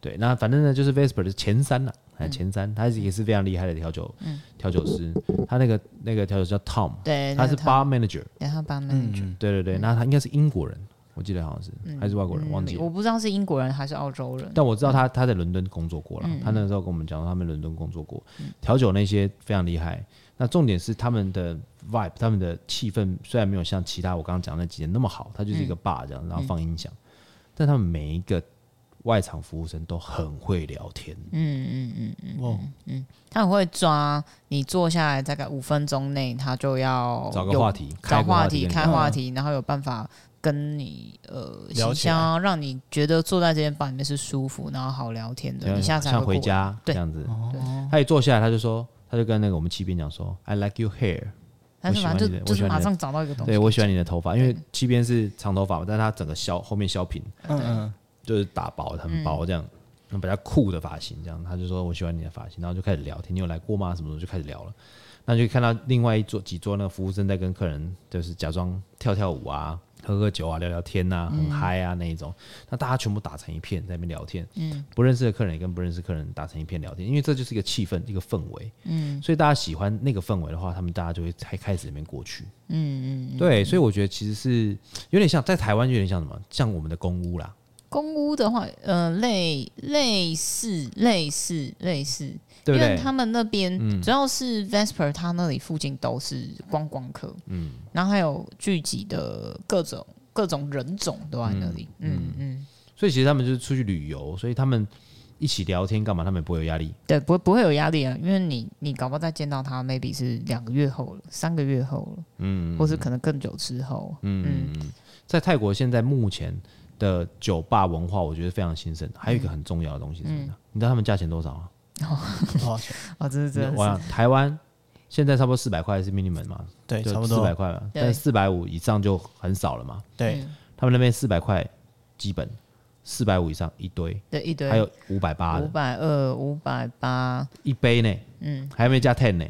A: 对，那反正呢，就是 Vesper 的前三了，哎，前三，他也是非常厉害的调酒调酒师，他那个那个调酒师叫 Tom，
B: 嗯对，
A: 他
B: 那
A: 是嗯
B: 个
A: Bar Manager，
B: 然后帮 manager，、
A: 对对对，那他应该是英国人，我记得好像是
B: 嗯
A: 还是外国人，忘记了。
B: 我不知道是英国人还是澳洲人。
A: 但我知道他他在伦敦工作过了，
B: 嗯
A: 他那时候跟我们讲说他们伦敦工作过，调酒那些非常厉害。那重点是他们的 vibe，他们的气氛虽然没有像其他我刚刚讲的那几间那么好，它就是一
B: 嗯
A: 个 bar 这样，然后放音响，但他们每一个外场服务生都很会聊天，
B: 嗯
C: 哇哦，
B: 他很会抓你坐下来大概五分钟内，他就要
A: 找个
B: 有
A: 话题，
B: 找
A: 开个话
B: 题，
A: 跟你
B: 开
A: 聊嗯
B: 话题，然后有办法跟你呃
C: 聊
B: 行
C: 起来
B: 销，让你觉得坐在这间吧里面是舒服，然后好聊天的。你下次还
A: 像
B: 会
A: 回
B: 过来。
A: 家这
B: 对
A: 样子，他一坐下来他就说，他就跟那个我们七边讲说，I like your hair。
B: 但是
A: 我喜欢
B: 反正
A: 你的
B: 就
A: 我
B: 就是
A: 喜欢
B: 马
A: 你的
B: 上找到一个东西。
A: 对，我喜欢你的头发，因为七边是长头发嘛，但是他整个削后面削平，
C: 嗯嗯，
A: 就是打薄很薄这样。那比较酷的发型，这样他就说我喜欢你的发型，然后就开始聊天，你有来过吗？什么什么就开始聊了。那就看到另外一桌几桌那个服务生在跟客人就是假装跳跳舞啊、喝喝酒啊、聊聊天啊，很嗨啊那一种。那大家全部打成一片在那边聊天，嗯，不认识的客人也跟不认识客人打成一片聊天，因为这就是一个气氛、一个氛围，嗯，所以大家喜欢那个氛围的话，他们大家就会才开始那边过去，嗯嗯，对，所以我觉得其实是有点像在台湾有点像什么，像我们的公屋啦，
B: 公屋的话，呃，类类似类似类似，
A: 对不
B: 因
A: 对
B: 为？他们那边、主要是 Vesper，他那里附近都是观光客，嗯，然后还有聚集的各种各种人种都在那里，嗯嗯
A: 所以其实他们就是出去旅游，所以他们一起聊天干嘛，他们也不会有压力，
B: 对，不不会有压力啊，因为你你搞不好再见到他，maybe 是两个月后了，三个月后了，嗯，或是可能更久之后，嗯
A: 在泰国现在目前的酒吧文化，我觉得非常兴盛。还有一
B: 嗯
A: 个很重要的东西是什么呢？你知道他们价钱多少吗？啊
C: 多少钱？
B: 哦，这是真的
A: 我想
B: 是，
A: 台湾现在差不多四百块是 minimum 嘛，
C: 对，
A: 就
C: 差不
A: 四百
C: 多。
A: 块嘛，
B: 对
A: 但四百五以上就很少了嘛。
C: 对，
B: 嗯
A: 他们那边四百块基本，四百五以上一堆，
B: 对一堆，
A: 还有五百八
B: 五
A: 的
B: 百二、五百八，
A: 一杯呢，嗯，还没加 ten 呢。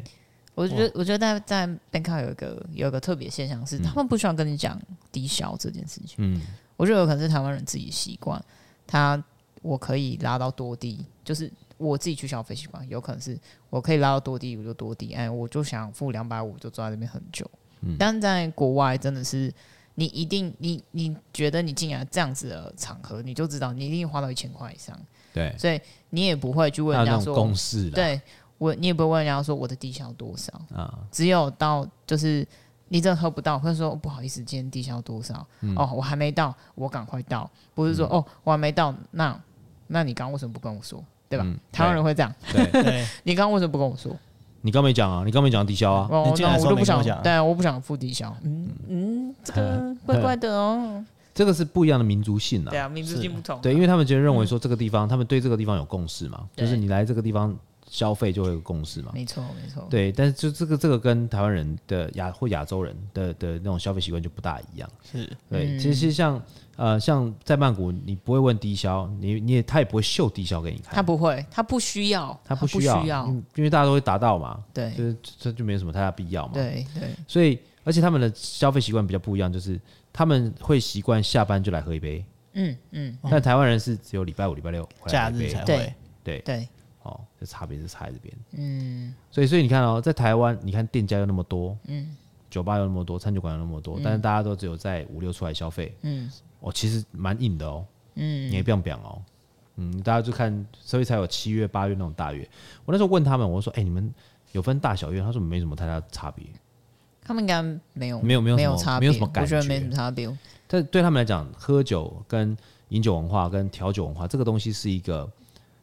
B: 我觉得，我觉得在在 Bangkok 有一个有一个特别现象是，他们不喜欢跟你讲低消这件事情。
A: 嗯，
B: 我觉得有可能是台湾人自己习惯，他我可以拉到多低，就是我自己去消费习惯，有可能是我可以拉到多低我就多低，哎，我就想付两百五就坐在那边很久。
A: 嗯
B: 但在国外真的是，你一定你你觉得你进来这样子的场合，你就知道你一定花到一千块以上，
A: 对，
B: 所以你也不会去问
A: 那
B: 人
A: 那
B: 家
A: 种
B: 说，
A: 共识了
B: 对我你也不会问人家说我的低消多少。
A: 啊，
B: 只有到就是你真的喝不到，或者说、哦不好意思，今天低消多少？哦，我还没到，我赶快到，不是说、哦我还没到，那那你刚刚为什么不跟我说？对吧？
A: 嗯
B: 台湾人会这样，
A: 对， <laughs>
C: 对，
B: 你刚刚为什么不跟我说？
A: 你刚没讲啊，你刚没讲低消啊，
B: 哦
C: 你，进来
B: 那
C: 的时
B: 我就
C: 候
B: 不
C: 没跟
B: 想
C: 我讲，
B: 对，我不想付低消。嗯嗯，这个怪怪的哦。
A: 这个是不一样的民族性啊
B: 对。啊，民族性不同。
A: 对，因为他们就认为说这个地方，他们对这个地方有共识嘛，
B: 对
A: 就是你来这个地方消费就会有共识嘛。
B: 没错没错。
A: 对，但是就这个这个跟台湾人的亚或亚洲人的的那种消费习惯就不大一样。
C: 是
A: 对，
B: 嗯
A: 其实像呃像在曼谷，你不会问低消，你你也他也不会秀低消给你看，
B: 他不会，他不需要，
A: 他
B: 不
A: 不需要，嗯因为大家都会达到嘛，
B: 对
A: 就是这就没有什么太大必要嘛。
B: 对对，
A: 所以而且他们的消费习惯比较不一样，就是他们会习惯下班就来喝一杯，
B: 嗯嗯
A: 但台湾人是只有礼拜五、礼拜六回
C: 假
A: 来喝一
C: 日
A: 杯
C: 才
B: 对
C: 会。
A: 对。
B: 对，
A: 哦，这差别是差在这边。嗯，所以所以你看哦，在台湾，你看店家有那么多，嗯，酒吧有那么多，餐酒馆有那么多，但是大家都只有在五六出来消费，嗯，哦，其实蛮硬的哦，嗯，你也不想讲哦，嗯，大家就看，所以才有七月八月那种大月。我那时候问他们，我说，哎、你们有分大小月？他说没什么太大差别，
B: 他们应该没有
A: 没有没有
B: 没
A: 什么
B: 差
A: 没
B: 别，
A: 有什么感
B: 我觉得没
A: 觉
B: 什么差别。
A: 但对他们来讲，喝酒跟饮酒文化跟调酒文化这个东西是一个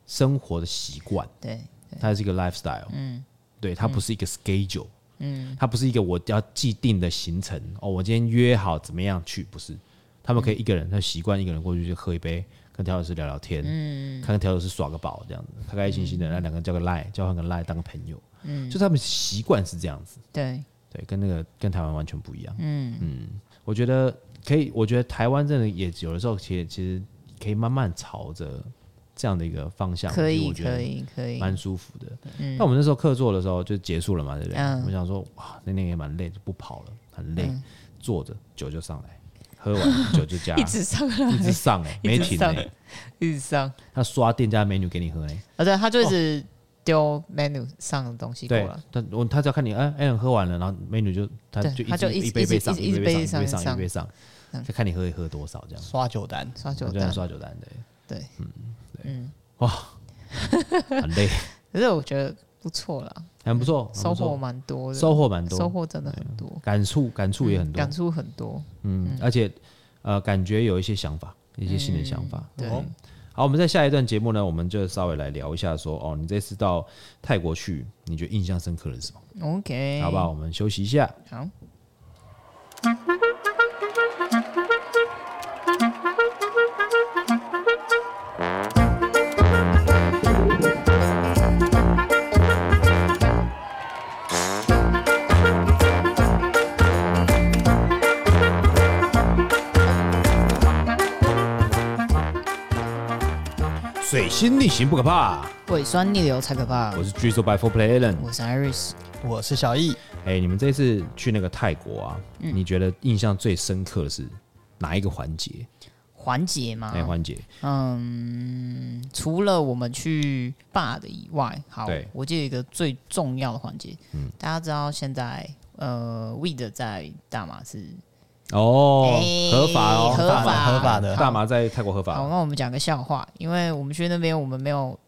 A: 生活的习惯。
B: 对，
A: 它是一个 lifestyle，嗯，对，它不是一个 schedule，嗯，它不是一个我要既定的行程哦，我今天约好怎么样去，不是，他们可以一个人，他习惯一个人过去就喝一杯，跟调酒师聊聊天，嗯，看看调酒师耍个宝这样子，开开心心的，那两个人交个 line，交换个 line 当个朋友，嗯，就是他们习惯是这样子，
B: 对，
A: 对，跟那个跟台湾完全不一样，嗯我觉得可以，我觉得台湾真的也有的时候其实其实可以慢慢朝着这样的一个方向，
B: 可以，
A: 我觉得
B: 可以，可以。
A: 蛮舒服的。那我们那时候客座的时候就结束了嘛，对不对？
B: 嗯
A: 我想说，哇，那天也蛮累，就不跑了，很累，坐着酒就上来，喝完酒就加，
B: <laughs> 一直上
A: <laughs> 一直
B: 来，
A: 上哎、
B: <laughs> 一
A: 没
B: 直
A: 停哎、
B: 上一直上。
A: 他刷店家 menu 给你喝哎、
B: 啊，对，他就一直丢 menu 上的东西过
A: 对
B: 来。，
A: 他我他只要看你，哎哎，喝完了，然后 menu 就他
B: 对
A: 就一
B: 他就
A: 直
B: 一直
A: 一杯杯上，
B: 一直
A: 杯上，一杯
B: 一直
A: 上，一杯上，就看你喝喝多少这样，
C: 刷酒单，
B: 刷
A: 就
B: 酒
A: 这样
B: 单，
A: 刷酒单对，
B: 对，嗯
A: 很累，
B: 可是我觉得不错啦，
A: 很不错，很
B: 收
A: 不
B: 获
A: 错，
B: 蛮多的，
A: 收获蛮
B: 收
A: 多，
B: 获真的很多，
A: 感触感触也很多
B: 感，触很多。
A: 嗯，而且呃，感觉有一些想法，一些新的想法。
B: 嗯
A: 嗯
B: 对，
C: 哦
A: 好，我们在下一段节目呢，我们就稍微来聊一下说，哦，你这次到泰国去，你觉得印象深刻的是什么？
B: OK，
A: 好不好？我们休息一下。
B: 好，
A: 水星逆行不可怕，
B: 胃酸逆流才可怕。
A: 我是 Drizzle by Four Play Allen。
B: 我是 Iris，
C: 我是小易，
A: 哎、你们这次去那个泰国啊，
B: 嗯
A: 你觉得印象最深刻的是哪一个环节？
B: 环节嘛
A: 哪，一个环节？
B: 嗯，除了我们去坝的以外，好
A: 对，
B: 我记得一个最重要的环节，
C: 嗯
B: 大家知道现在呃，weed 在大马是
A: 哦
B: 哎，
A: 合法哦，
B: 合
A: 大
B: 法
A: 麻
C: 合法的
A: 大麻在泰国合
B: 好，
A: 法。
B: 那我们讲个笑话，因为我们去那边，我们没有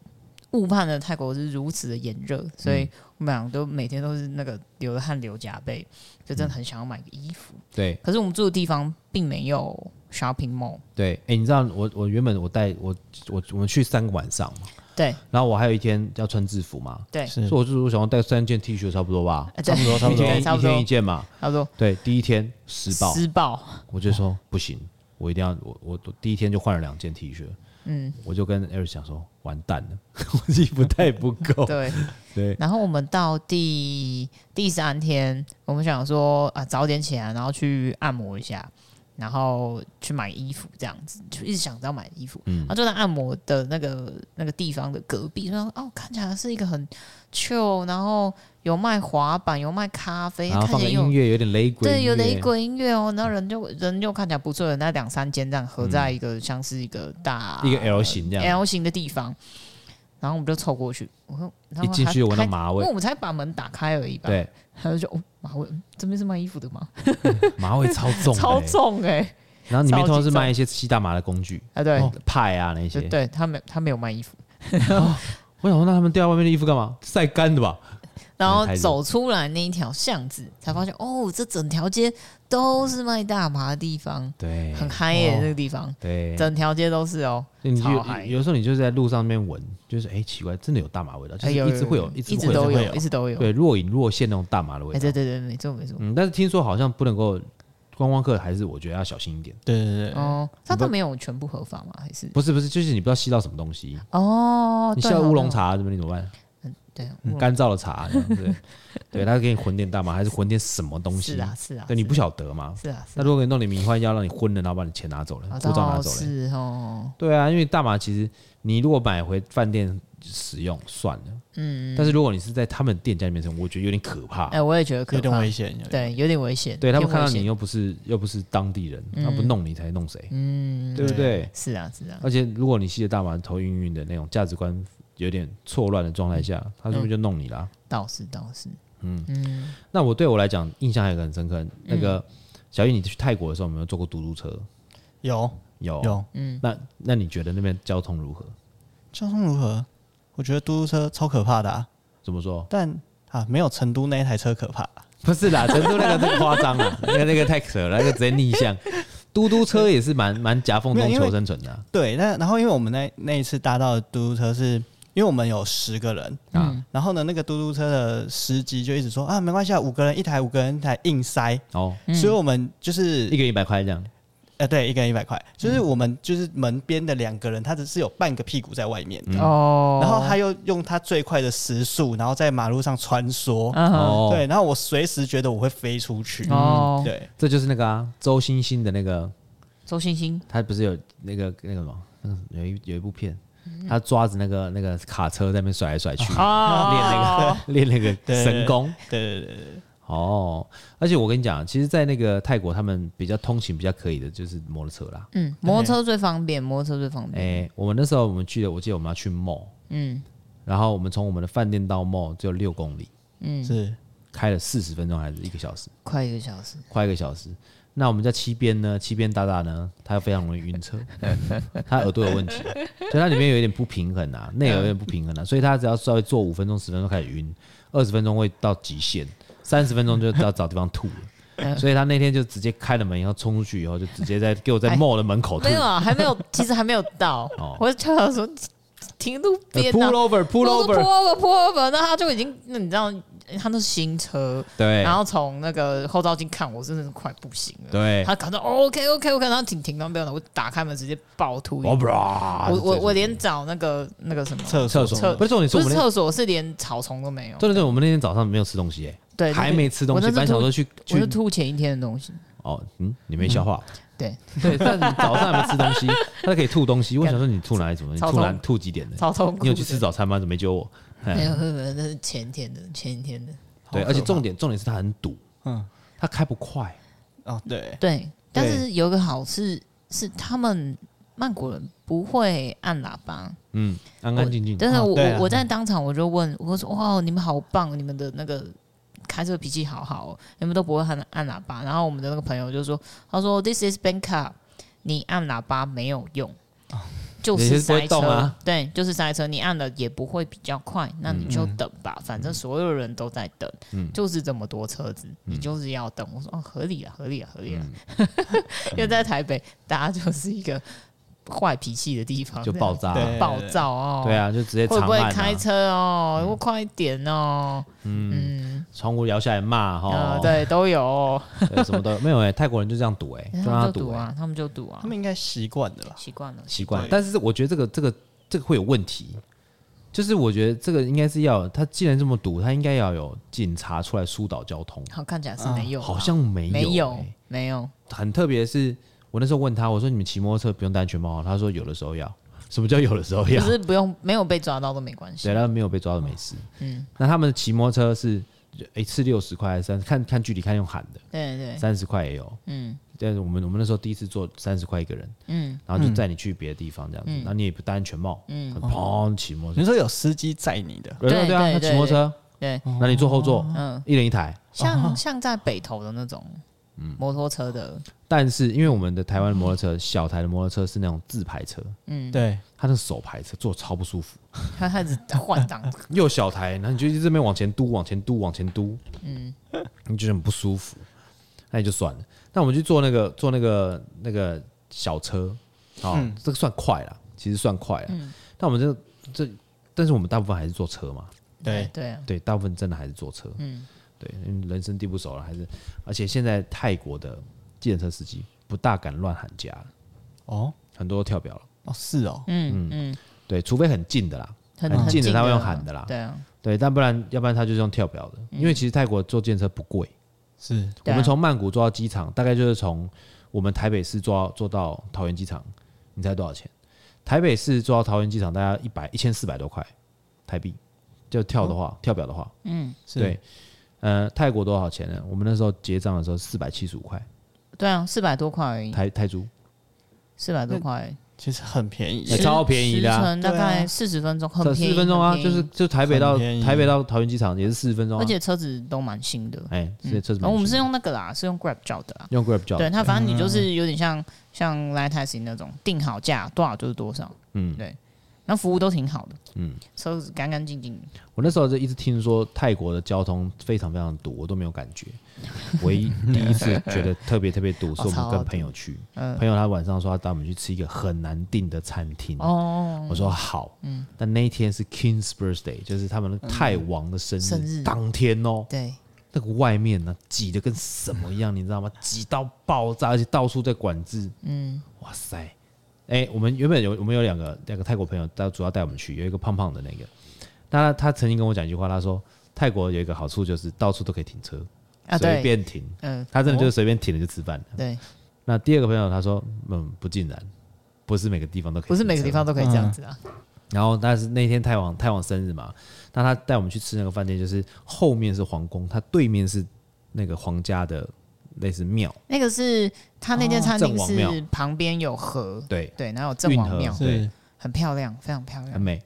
B: 误判了泰国是如此的炎热，
C: 嗯
B: 所以我们俩都每天都是那个流的汗流浃背，就真的很想要买个衣服。
C: 嗯
A: 对
B: 可是我们住的地方并没有 shopping mall，
A: 对，哎、你知道我我原本我带我我我们去三个晚上嘛，
B: 对
A: 然后我还有一天要穿制服嘛，
B: 对，
C: 是
A: 所以我就我想要带三件 T 恤差不多吧，
B: 啊对
C: 差不多差不
A: 一
C: 多
B: 对，
A: 天
B: 差
A: 一
B: 不多
A: 天一件嘛。
B: 他说
A: 对，第一天湿爆，
B: 施暴，
A: 我就说不行，我一定要我我我第一天就换了两件 T 恤，嗯，我就跟 Eric 讲说，完蛋了， <laughs> 我衣服带不够，
B: <laughs> 对。
A: 对，
B: 然后我们到第第三天，我们想说啊，早点起来，然后去按摩一下，然后去买衣服，这样子就一直想到买衣服。
A: 嗯
B: 然后就在按摩的那个那个地方的隔壁，说哦，看起来是一个很 chill，然后有卖滑板，有卖咖啡，
A: 然后
B: 看
A: 放
B: 起
A: 个
B: 来
A: 音
B: 有
A: 乐，有点雷鬼，
B: 对有雷，鬼音乐哦，然后人就人就看起来不错的，那两三间这样合在一个、像是一个大
A: 一个 L 型这样，
B: L 型的地方，然后我们就凑过去，我说然
A: 一
B: 后
A: 进
B: 还
A: 去就闻到
B: 还
A: 麻
B: 因为
A: 味，
B: 我们才把门打开而已吧。，
A: 对，
B: 他就说哦，马尾嗯这边是卖衣服的
A: <laughs>
B: 吗？
A: 麻味超重，
B: <laughs> 超。重哎、欸！
A: 然后里面通常是
B: 超级重
A: 卖一些吸大麻的工具，
B: 啊，对，
A: 派啊那
B: 就
A: 些。
B: 对他没他没有卖衣服，
A: 我想说，那他们掉外面的衣服干嘛？晒干的吧？
B: 然后
A: 太热
B: 走出来那一条巷子，才发现哦，这整条街都是卖大麻的地方，
A: 对哦
B: 很嗨耶、
C: 哇
B: 这个地方，
A: 对，
B: 整条街都是哦，
A: 所以你就
B: 超嗨。
A: 有有时候你就是在路上面闻，就是哎、奇怪，真的有大麻味道，就是
B: 哎有
A: 一直会有，
B: 一
A: 直
B: 直
A: 会
B: 都
A: 有，
B: 一直都有。
A: 对，若隐若现那种大麻的味
B: 哎，
A: 道
B: 对对。对，没错没错。
A: 嗯，但是听说好像不能够观光客，还是我觉得要小心一点。
C: 对对对，
B: 哦，他他没有全部合法吗？还是
A: 不是不是，就是你不知道吸到什么东西，
B: 哦，
A: 你吸
B: 对
A: 到
B: 哦
A: 乌龙
B: 对哦嗯
A: 茶怎么你怎么办？
B: 对哦乌龙
A: 干燥的茶这样
B: <laughs>
A: 子，对，他给你混点大麻，还是混点什么东西？
B: 是啊是啊，
A: 对，你
B: 是
A: 不晓得嘛？
B: 是啊是
A: 那
B: 啊，
A: 如果给你弄点迷幻药，让你昏了，然后把你钱拿走了，
B: 好
A: 护照拿走了。
B: 啊是哦，
A: 对啊，因为大麻其实你如果买回饭店使用算了，嗯，但是如果你是在他们店家里面使用，我觉得有点可怕
B: 哎、。我也觉得
C: 有
B: 可
C: 点
B: 怕
C: 危，险。有点，
B: 对，有点危险。
A: 对他们
B: 有点
A: 看
B: 危
A: 到
B: 险
A: 你又不是又不是当地人，他不弄你才弄谁？
B: 嗯，
A: 对不对？
B: 是啊，是啊，
A: 而且如果你吸着大麻头晕晕的那种价值观有点错乱的状态下，他是不是就弄你啦？
B: 倒是倒是，
A: 那我对我来讲印象还有一个很深刻，那个小易，你去泰国的时候有没有坐过嘟嘟车？
C: 有
A: 有。
C: 有。
A: 那那你觉得那边交通如何？
C: 交通如何？我觉得嘟嘟车超可怕的啊，？
A: 怎么说
C: 但啊，没有成都那一台车可怕。啊
A: 不是啦，成都那个 <laughs> 太夸张了，那个那个太扯了，那个直接逆向。嘟嘟车也是蛮蛮夹缝中
C: 没有因为
A: 求生存的啊、
C: 对，那然后因为我们那那一次搭到的嘟嘟车是，因为我们有十个人，
A: 啊
C: 然后呢，那个嘟嘟车的司机就一直说啊，没关系啊，五个人一台，五个人一台硬塞，
A: 哦，
B: 嗯
C: 所以我们就是
A: 一个一百块这样。
C: 呃，对，一个人一百块，就是我们就是门边的两个人，他只是有半个屁股在外面
A: 嗯
C: 的，
B: 哦，
C: 然后他又用他最快的时速，然后在马路上穿梭，
B: 嗯哼
A: 哦，嗯
C: 啊对，，然后我随时觉得我会飞出去，
B: 哦，
C: 对，
A: 这就是那个啊，周星星的那个
B: 周星星
A: 他不是有那个那个什么，那个有一有一部片，他抓着那个那个卡车在那边甩来甩去，
C: 啊
A: 练那
B: 哦，
A: 个 <laughs> 练那个
C: 对
A: 神功。
C: 对对对对，
A: 哦，而且我跟你讲，其实，在那个泰国，他们比较通行比较可以的就是摩托车啦。
B: 嗯，摩托车最方便，摩托车最方
A: 哎、
B: 便，
A: 我们那时候我们去的，我记得我们要去 mall，
B: 嗯
A: 然后我们从我们的饭店到 mall 只有六公里，
B: 嗯，
C: 是
A: 开了四十分钟还是一个小时，
B: 快一个小时，
A: 快一个小时。那我们在七边呢，七边大大呢，他非常容易晕车， <laughs> 他耳朵有问题，所以他里面有一点不平衡啊，内耳有点不平衡啊，所以他只要稍微坐五分钟、十分钟开始晕，二十分钟会到极限，三十分钟就要找地方吐
B: <laughs>
A: 了。所以他那天就直接开了门，然后冲出去以后，就直接在给我在
B: 哎
A: mall 的门口吐呃
B: 没。有啊，还没有，其实还没有到
A: <laughs> 哦，呃
B: 我就叫他说停路边
A: pull
B: 啊。
A: over, pull
B: 我说
A: over，
B: pull over pull over，那他就已经，那你知道，他那是新车，
A: 对
B: 然后从那个后照镜看我，真的是快不行了。
A: 对，
B: 他搞到 OK OK OK，然后挺停到没有，我打开门直接暴吐一
A: 我
B: 地。我
A: 我
B: 我我连找那个那个什么，
C: 厕
A: 厕
C: 所
A: 所不是重点是
B: 不
A: 我
B: 是
A: 们那
B: 厕所，是连草丛都没有。
A: 对对对，我们那天早上没有吃东西哎，
B: 对，
A: 还没吃东
B: 我那
A: 西，
B: 是
A: 本来想
B: 吐
A: 说去
B: 我
A: 去
B: 是吐前一天的东西。
A: 哦，嗯，你没消化，
B: 对，
A: <laughs> 对，但你早上还没吃东 <laughs> 西，他可以吐东西。我想说你吐哪里？怎么你
B: 超
A: 吐哪
B: 痛
A: 吐几点的？
B: 超痛苦。
A: 你有去吃？早啊餐吗？怎么没揪我？
B: 没有，没有，没有那是前天的，前天的。
A: 对，
C: 好可
A: 而且
C: 怕
A: 重点重点是它很堵，
C: 嗯，
A: 它开不快。
C: 哦，对，
B: 对，但是有一个好事是，他们曼谷人不会按喇叭，
A: 嗯，安安静静。嗯
B: 但是
C: 哦
B: 我、
C: 对啊
B: 我我在当场我就问我说：“哇，你们好棒，你们的那个开车脾气好好、哦，你们都不会按按喇叭。”然后我们的那个朋友就说：“他说 This is Bangkok，你按喇叭没有用，就
A: 哦你是不会
B: 塞车，
A: 动啊
B: 对，就是塞车，你按了也不会比较快，那你就等吧，反正所有人都在等，
A: 嗯
B: 就是这么多车子，你就是要等。”我说：“哦，合理啊，合理啊，合理
A: 嗯
B: 啊。 <laughs> 因为在台北，大家就是一个坏脾气的地方，
A: 就爆炸啊。
C: 对
B: 暴躁哦，
A: 对啊，就直接
B: 会
A: 长
B: 不会
A: 按
B: 开
A: 啊，
B: 车哦？我快一点哦。嗯
A: 啊窗户摇下来骂
B: 呃
A: 哈，
B: 对，都有哦，
A: 对，什么都有没有哎。泰国人就这样堵哎，
B: <laughs>
A: 就
B: 他
A: 让
B: 们
A: 他
B: 就赌
A: 堵哎，
B: 啊，他们就赌啊
C: 他，们应该习惯的啦。
B: 习惯了。
A: 习惯
C: 对。
A: 但是我觉得这个这个这个会有问题，就是我觉得这个应该是要他既然这么堵，他应该要有警察出来疏导交通，
B: 好，看起来是没有吧，啊
A: 啊好像没有
B: 没有
A: 哎，
B: 没有，
A: 很特别的是，我那时候问他，我说你们骑摩托车不用戴安全帽啊，他说有的时候要。什么叫有的时候
B: 可
A: 要？
B: 是不用没有被抓到都没关
A: 啊 <laughs>
B: 系
A: 对，。他啊没有被抓到没事。
B: 嗯
A: 嗯，那他们骑摩托车是一次六十块还是三？看看距离，看用喊的，
B: 对对，
A: 三十块也有。
B: 嗯
A: 但是我们我们那时候第一次做三十块一个人，
B: 嗯，
A: 然后就载你去别的地方这样子，然后你也不戴安全帽，嗯，砰骑摩托
C: <laughs> 你
A: 车，
C: 说有司机载你的，
A: 对啊对啊，
B: 对
A: 他骑摩托车，
B: 对，
A: 那你坐后座，
B: 嗯，
A: 一人一台。
B: 像像在北投的那种
A: 嗯
B: 摩托车的，
A: 但是因为我们的台湾摩托车小台的摩托车是那种自排车，
C: 对，
A: 它的手排车坐超不舒服，
B: 他开始换挡，
A: 又小台，然后你就一直这边往前嘟，往前嘟，往前嘟，嗯，你就很不舒服，那也就算了。那我们去坐那个坐那个那个小车，啊、这个算快了，其实算快了。但我们这这，但是我们大部分还是坐车嘛，
C: 对，
B: 对啊，
A: <laughs> 对，大部分真的还是坐车，嗯，对，因为人生地不熟了，还是，而且现在泰国的计程车司机不大敢乱喊价了，
C: 哦，
A: 很多都跳表了，
C: 哦，是哦，
B: 嗯嗯，
A: 对，除非很近的啦，
B: 很
A: 很近的
B: 的
A: 他会用喊的啦
B: 对啊，
A: 对，但不然，要不然他就是用跳表的，因为其实泰国坐电车不贵，
C: 是，
B: 对
A: 我
B: 啊
A: 们从曼谷坐到机场，大概就是从我们台北市坐到坐到桃园机场，你猜多少钱？台北市坐到桃园机场大概一百一千四百多块台币，就跳的话，
B: 哦
A: 跳表的话，
C: 是
A: 对，，呃，泰国多少钱呢？我们那时候结账的时候四百七十五块
B: 对啊，四百多块而已，
A: 泰泰铢，
B: 四百多块，
C: 其实很便宜
A: 哎，超便宜的啊
B: 十程大
C: 对
B: 概
C: 啊
B: 四十分钟，很
A: 这四
B: 便宜，
A: 十分钟啊，
B: 很便
A: 就
B: 宜
A: 是就台北到
C: 很便宜
A: 台北到桃园机场也是四十分钟啊，
B: 而且车子都蛮新的。
A: 哎，这些车子
B: 然后我们是
A: 用
B: 用那个啦，是用 Grab 叫的啦。啊
A: 用 Grab 叫的，
B: 对，它反正你就是有点像像 Light Taxi 那种，定好价多少就是多少，
A: 嗯，
B: 那服务都挺好的，
A: 嗯，
B: 车子干干净净的。
A: 我那时候就一直听说泰国的交通非常非常堵，我都没有感
B: <laughs>
A: 觉。唯一第一次觉得特别特别
B: 哦
A: 堵，是我们跟朋友去，
B: 嗯
A: 朋友他晚上说他带我们去吃一个很难订的餐厅。
B: 哦，
A: 我说好，但那一天是 King's Birthday，就是他们泰王的生日，
B: 嗯生日
A: 当天哦，
B: 对，
A: 那个外面呢挤得跟什么一样，你知道吗？挤到爆炸，而且到处在管制。
B: 嗯，
A: 哇塞！哎、我们原本有我们有两个两个泰国朋友，带主要带我们去，有一个胖胖的那个，那他他曾经跟我讲一句话，他说泰国有一个好处就是到处都可以停车，
B: 啊
A: 随、
B: 对，
A: 便停，
B: 嗯，哦
A: 他真的就是随便停了就吃饭了。
B: 对，
A: 那第二个朋友他说，嗯，不尽然，不是每个地方都可以，
B: 不是每个地。方都可以这样子啊，
A: 然后但是那天泰王泰王生日嘛，那他带我们去吃那个饭店，就是后面是皇宫，他对面是那个皇家的类似庙，
B: 那个是他那间餐
A: 哦
B: 厅
A: 郑王
B: 是
A: 庙
B: 旁边有河，
A: 对，
B: 对，然后有郑王
A: 运
B: 庙
A: 河，
C: 是，
B: 很漂亮，非常漂
A: 很
B: 亮。
A: 美。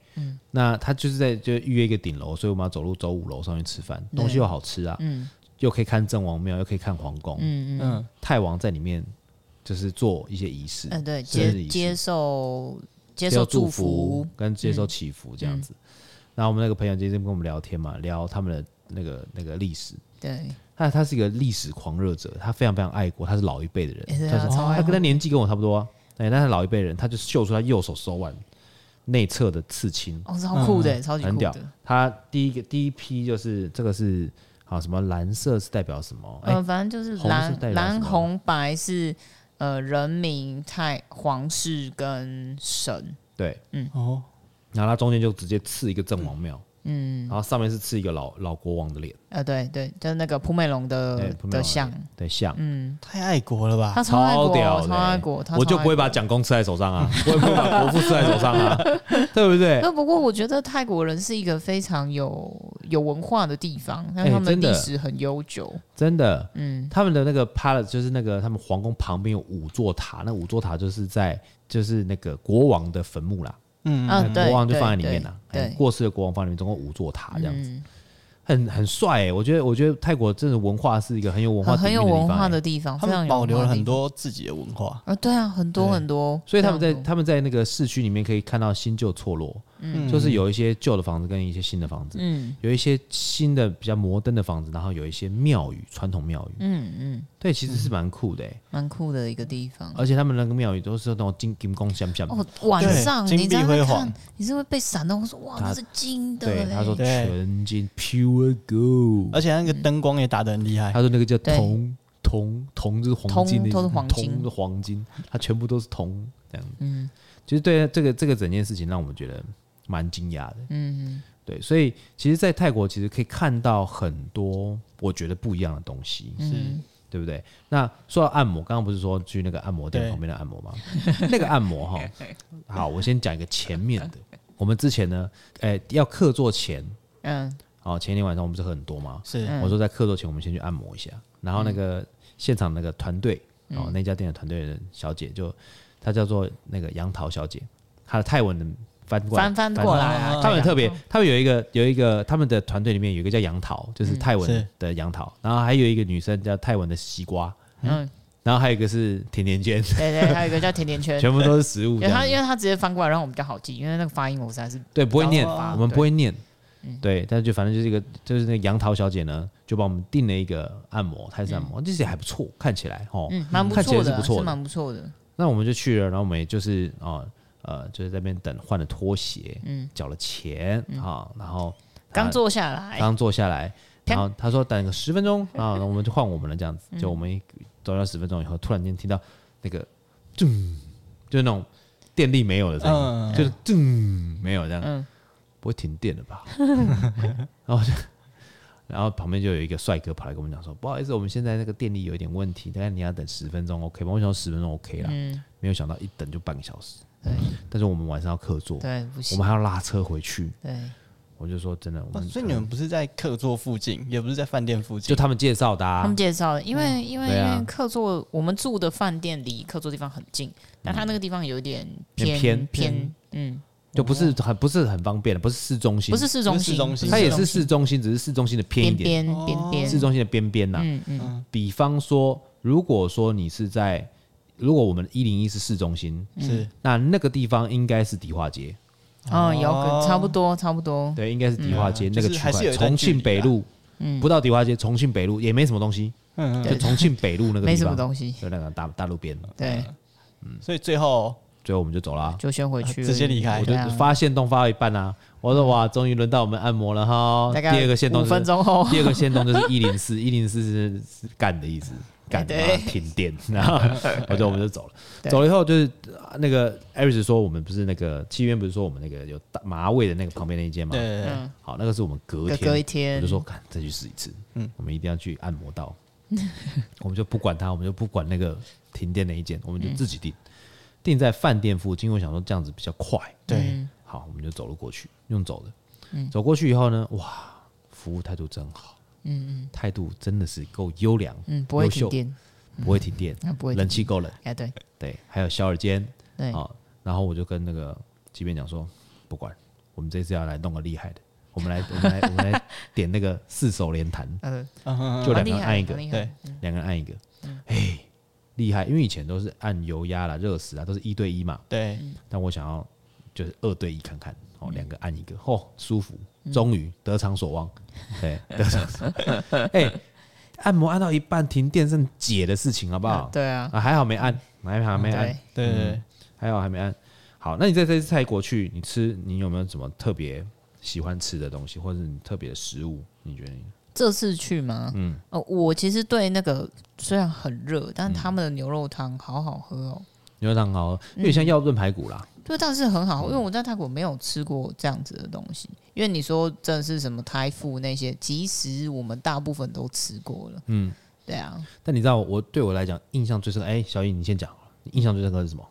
A: 那他就是在就预约一个顶楼，所以我们要走路走五楼上去吃饭，
B: 对
A: 东西又好吃啊，
B: 嗯
A: 又可以看郑王庙，又可以看皇宫，
B: 嗯嗯，
C: 嗯，
A: 泰王在里面就是做一些仪式，
B: 呃，对，
A: 生日仪
B: 接
A: 式
B: 接受接
A: 接
B: 受
A: 受
B: 祝
A: 祝
B: 福嗯
A: 福，跟接受祈福这样子。然后我们那个朋友今天跟我们聊天嘛，聊他们的那个那个历史。
B: 对，
A: 他他是一个历史狂热者，他非常非常爱国，他是老一辈的人，
B: 也是
A: 他
B: 啊，超爱
A: 他
B: 喝
A: 跟他年纪跟我差不多、啊，哎，但是老一辈人，他就秀出他右手手腕内侧的刺青，
B: 哦，超酷的，超级
A: 嗯很
B: 酷
A: 屌
B: 的。。
A: 他第一个第一批就是这个是啊什么蓝色是代表什么？哎、
B: 呃，反正就是
A: 红是
B: 蓝
A: 代表什
B: 蓝
A: 么
B: 红白是呃人民、太皇室跟神，
A: 对，
C: 哦，
A: 然后他中间就直接刺一个郑王庙，嗯，然后上面是吃一个老老国王的脸，
B: 呃，对对，就是那个蒲美龙
A: 对
B: 的
A: 蒲美龙的
B: 的像，
A: 对，像。
B: 嗯，
C: 太爱国了吧？
B: 他超爱国，
A: 屌的哎
B: 超爱国，他
A: 我就
B: 超爱
A: 不会把
B: 国
A: 蒋公吃在手上啊，我也不会把国父吃在手上啊， <laughs> 对不对？
B: 那不过我觉得泰国人是一个非常有有文化的地方，但
A: 哎
B: 是他们
A: 真的
B: 历史很悠久。
A: 真的，
B: 嗯，
A: 他们的那个 palace 就是那个他们皇宫旁边有五座塔，那五座塔就是在就是那个国王的坟墓啦，
C: 嗯，
B: 啊，
A: 国
B: 对，
A: 王就
B: 对
A: 放在里面啦，
B: 对，
A: 哎
B: 对
A: 过世的国王放里面，总共五座塔这样子，
B: 嗯
A: 很很帅哎，我觉得我觉得泰国真的文化是一个很有文化
B: 很哦很
A: 底蕴
B: 有
A: 的地
B: 文
A: 方
B: 化
A: 哎
B: 的地方，
C: 他
B: 非常
C: 们
B: 有
C: 保留了
B: 文化的
C: 很
B: 地方。
C: 多自己的文化。
B: 啊，对啊，很多
C: 对
B: 很多，
A: 所以他们
B: 非
A: 在
B: 常多
A: 他们在那个市区里面可以看到新旧错落，
C: 嗯
A: 就是有一些旧的房子跟一些新的房子，
B: 嗯
A: 有一些新的比较摩登的房子，然后有一些庙宇，传统庙宇，
B: 嗯嗯，
A: 对，其实是蛮酷的、欸，
B: 蛮酷的一个地方。
A: 而且他们那个庙宇都是那种金金光闪闪。
B: 哦，晚
C: 对
B: 上
C: 金
B: 你在
C: 碧
B: 那边
C: 辉煌
B: 看，你是会被闪到。我说哇，
A: 他
B: 那是金的
A: 对，
B: 嘞。
A: 他说
C: 对呃
A: 纯金 pure gold，
C: 而且那个灯光也打得很厉害
A: 他，说那个叫
B: 对
A: 铜铜铜就是黄金的意思，
B: 铜都是黄金
A: 铜的黄金，它全部都是铜这样。
B: 嗯
A: 其实对这个这个整件事情让我们觉得蛮惊讶的。
B: 嗯
A: 对，所以其实，在泰国其实可以看到很多我觉得不一样的东西，
B: 嗯，
A: 对不对？那说到按摩，刚刚不是说去那个按摩店
C: 对
A: 旁边的按摩吗？ <laughs> 那个按摩哈，好，我先讲一个前面的。我们之前呢，哎、要客座前，
B: 嗯
A: 好，哦前一天晚上我们不是喝很多吗？
C: 是
B: 嗯
A: 我说在客座前我们先去按摩一下，然后那个现场那个团队，
B: 嗯
A: 哦，那家店的团队的小姐就她叫做那个杨桃小姐，她的泰文的翻过来
B: 翻翻过来啊，
A: 他们很特
B: 这
A: 别
B: 样，
A: 他们有一个有一个他们的团队里面有一个叫杨桃，就是泰文
C: 是
A: 的杨桃，然后还有一个女生叫泰文的西瓜，
B: 嗯，
A: 然后还有一个是甜甜圈，
B: 对对，还有一个叫甜甜圈，
A: 全部都是食物
B: 因
A: 这
B: 为
A: 样
B: 他
A: 子
B: 因。为他直接翻过来，让我们比较好记，因为那个发音我实在是
A: 对，不会念，
C: 哦
A: 我们
B: 对嗯
A: 不会念。对，但就反正就是一个，就是那个杨桃小姐呢，就帮我们订了一个按摩，泰式按摩，这些还不错，看起来哦，
B: 嗯蛮不
A: 看起来
B: 错
A: 是
B: 的，
A: 不错的
B: 蛮不错的。
A: 那我们就去了，然后我们也就是啊呃就是在那边等换了拖鞋，嗯，缴了钱啊、然后他
B: 嗯刚坐下来，
A: 刚坐下来，
B: 啪
A: 然后他说等个十分
B: <laughs>
A: 钟啊，然后我们就换我们了，这样子，
B: 嗯
A: 就我们一走到十分钟以后，突然间听到那个
B: 嗯
A: 咚，就是那种电力没有的声音，
C: 嗯，
A: 就是咚没有这样，
B: 嗯
A: 不会停电了
B: <laughs>
A: 吧？然后就。然后旁边就有一个帅哥跑来跟我们讲说：“不好意思，我们现在那个电力有一点问题，大概你要等十分钟，OK 吗？”我想说十分钟 OK 啦，
B: 嗯，
A: 没有想到一等就半个小时。
B: 对
A: 但是我们晚上要客座，
B: 对，不
A: 我
B: 行
A: 们，还要拉车回去。
B: 对，
A: 我就说真的，我
C: 哦
A: 们
C: 所以你们不是在客座附近，也不是在饭店附
A: 就
C: 近，
A: 他们介绍的、啊，
B: 他们介绍的，因为因为
A: 对啊
B: 因为客座，我们住的饭店离客座地方很近，但他那个地方有一点
A: 有
B: 偏
A: 点偏
B: 偏，嗯，
A: 就不是很不是很方便的，不是市中心，
B: 不是市中
C: 不是
B: 心，
C: 市中心
B: 不
A: 它也是
B: 中
A: 市中心，只是市中心的偏一
B: 边
A: 点，
B: 边边边，
A: 市中心的边边呐。
B: 嗯嗯
A: 比方说，如果说你是在，如果我们一零一是市中心，
C: 是
A: 那那个地方应该是迪化街，
B: 哦，有可差不多差不多，
A: 对，应该是迪化街
C: 嗯
A: 那个
C: 就
A: 区
C: 是还
A: 块
C: 是有，一段
A: 重
C: 距离
A: 庆北路，
B: 嗯
A: 不到迪化街，重庆北路也没什么东西，
C: 嗯
A: 就重庆北路那个
B: 没
A: 地
B: 什么
A: 方，嗯
B: 东西，
A: 就那个大大路边，
B: 对，
C: 所以最后
A: 最后我们就走了啊。
B: 就先回去了，
C: 直接离开
A: 我就
B: 对啊
A: 发现动发到一半啊，我说哇，终于轮到我们按摩了哈。
B: 大
A: 第
B: 概
A: 二个线动
B: 五
A: 是
B: 分钟后，
A: 第二个线动就是一零四，一 <laughs> 零四是是干的意思，干
B: 哎对
A: 嘛停电，然
B: <laughs>
A: 后哦我就我们就走了，
B: 对
A: 走了以后就是呃那个艾瑞斯说我们不是那个七渊不是说我们那个有大麻味的那个旁边那一间嘛
C: 对，对对
B: 嗯，
A: 好，那个是我们隔
B: 隔
A: 天，
B: 隔一天
A: 我就说看再去试一次，嗯，我们一定要去按摩到， <laughs> 我们就不管它，我们就不管那个停电那一间，我们就
B: 嗯
A: 自己订，订在饭店附近，我想说这样子比较快，
C: 对，
A: 好，我们就走了过去，用走的。
B: 嗯
A: 走过去以后呢，哇，服务态度真好，嗯嗯，态度真的是够优良，
B: <laughs> 嗯，不会
A: 优
B: 停
A: 秀，
B: 电，
A: 不会停电，
B: 那嗯不会停
A: 冷气够冷，
B: 哎，对
A: 对，还有小耳尖
B: 对
A: 啊。然后我就跟那个即便讲说，不管，我们这次要来弄个厉害的，我们来，我们来，我们来点那个四手连
B: <laughs>
A: 弹，
B: 嗯，
C: 嗯嗯嗯
A: 就两个
B: 蛮厉
A: 人
B: 害
A: 按一
B: 的，
A: 个
B: 蛮，厉害
C: 对
B: 的，，
A: 两个人按一个，
B: 嗯
A: 哎，厉害，因为以前都是按油压啦、热死啊，都是一对一嘛，
C: 对，
B: 嗯
A: 但我想要就是二对一看看，哦，两个按一个，哦，舒服，
B: 嗯
A: 终于得偿所望，对，得偿所望。 <laughs> 哎、按摩按到一半停电是很解的事情，好不好
B: 啊？ <laughs> 对啊，
A: 啊，还好没按，还好没按
B: 对，，
C: 对对对，
A: 还好还没按。好，那你在这次泰国去，你吃你有没有什么特别喜欢吃的东西，或者是你特别的食物？你觉得你
B: 这次去吗？嗯，
A: 嗯
B: 呃，我其实对那个虽然很热，但他们的牛肉汤好好喝哦。
A: 牛肉汤好喝，因为
B: 嗯
A: 像要炖排骨啦，
B: 对，但是很
A: 嗯
B: 好，因为我在泰国没有吃过这样子的东西。因为你说真的是什么胎腹那些，其实我们大部分都吃过了。嗯，对啊，
A: 但你知道我对我来讲印象最深刻，哎、小颖你先讲好了，你印象最深刻是什么？嗯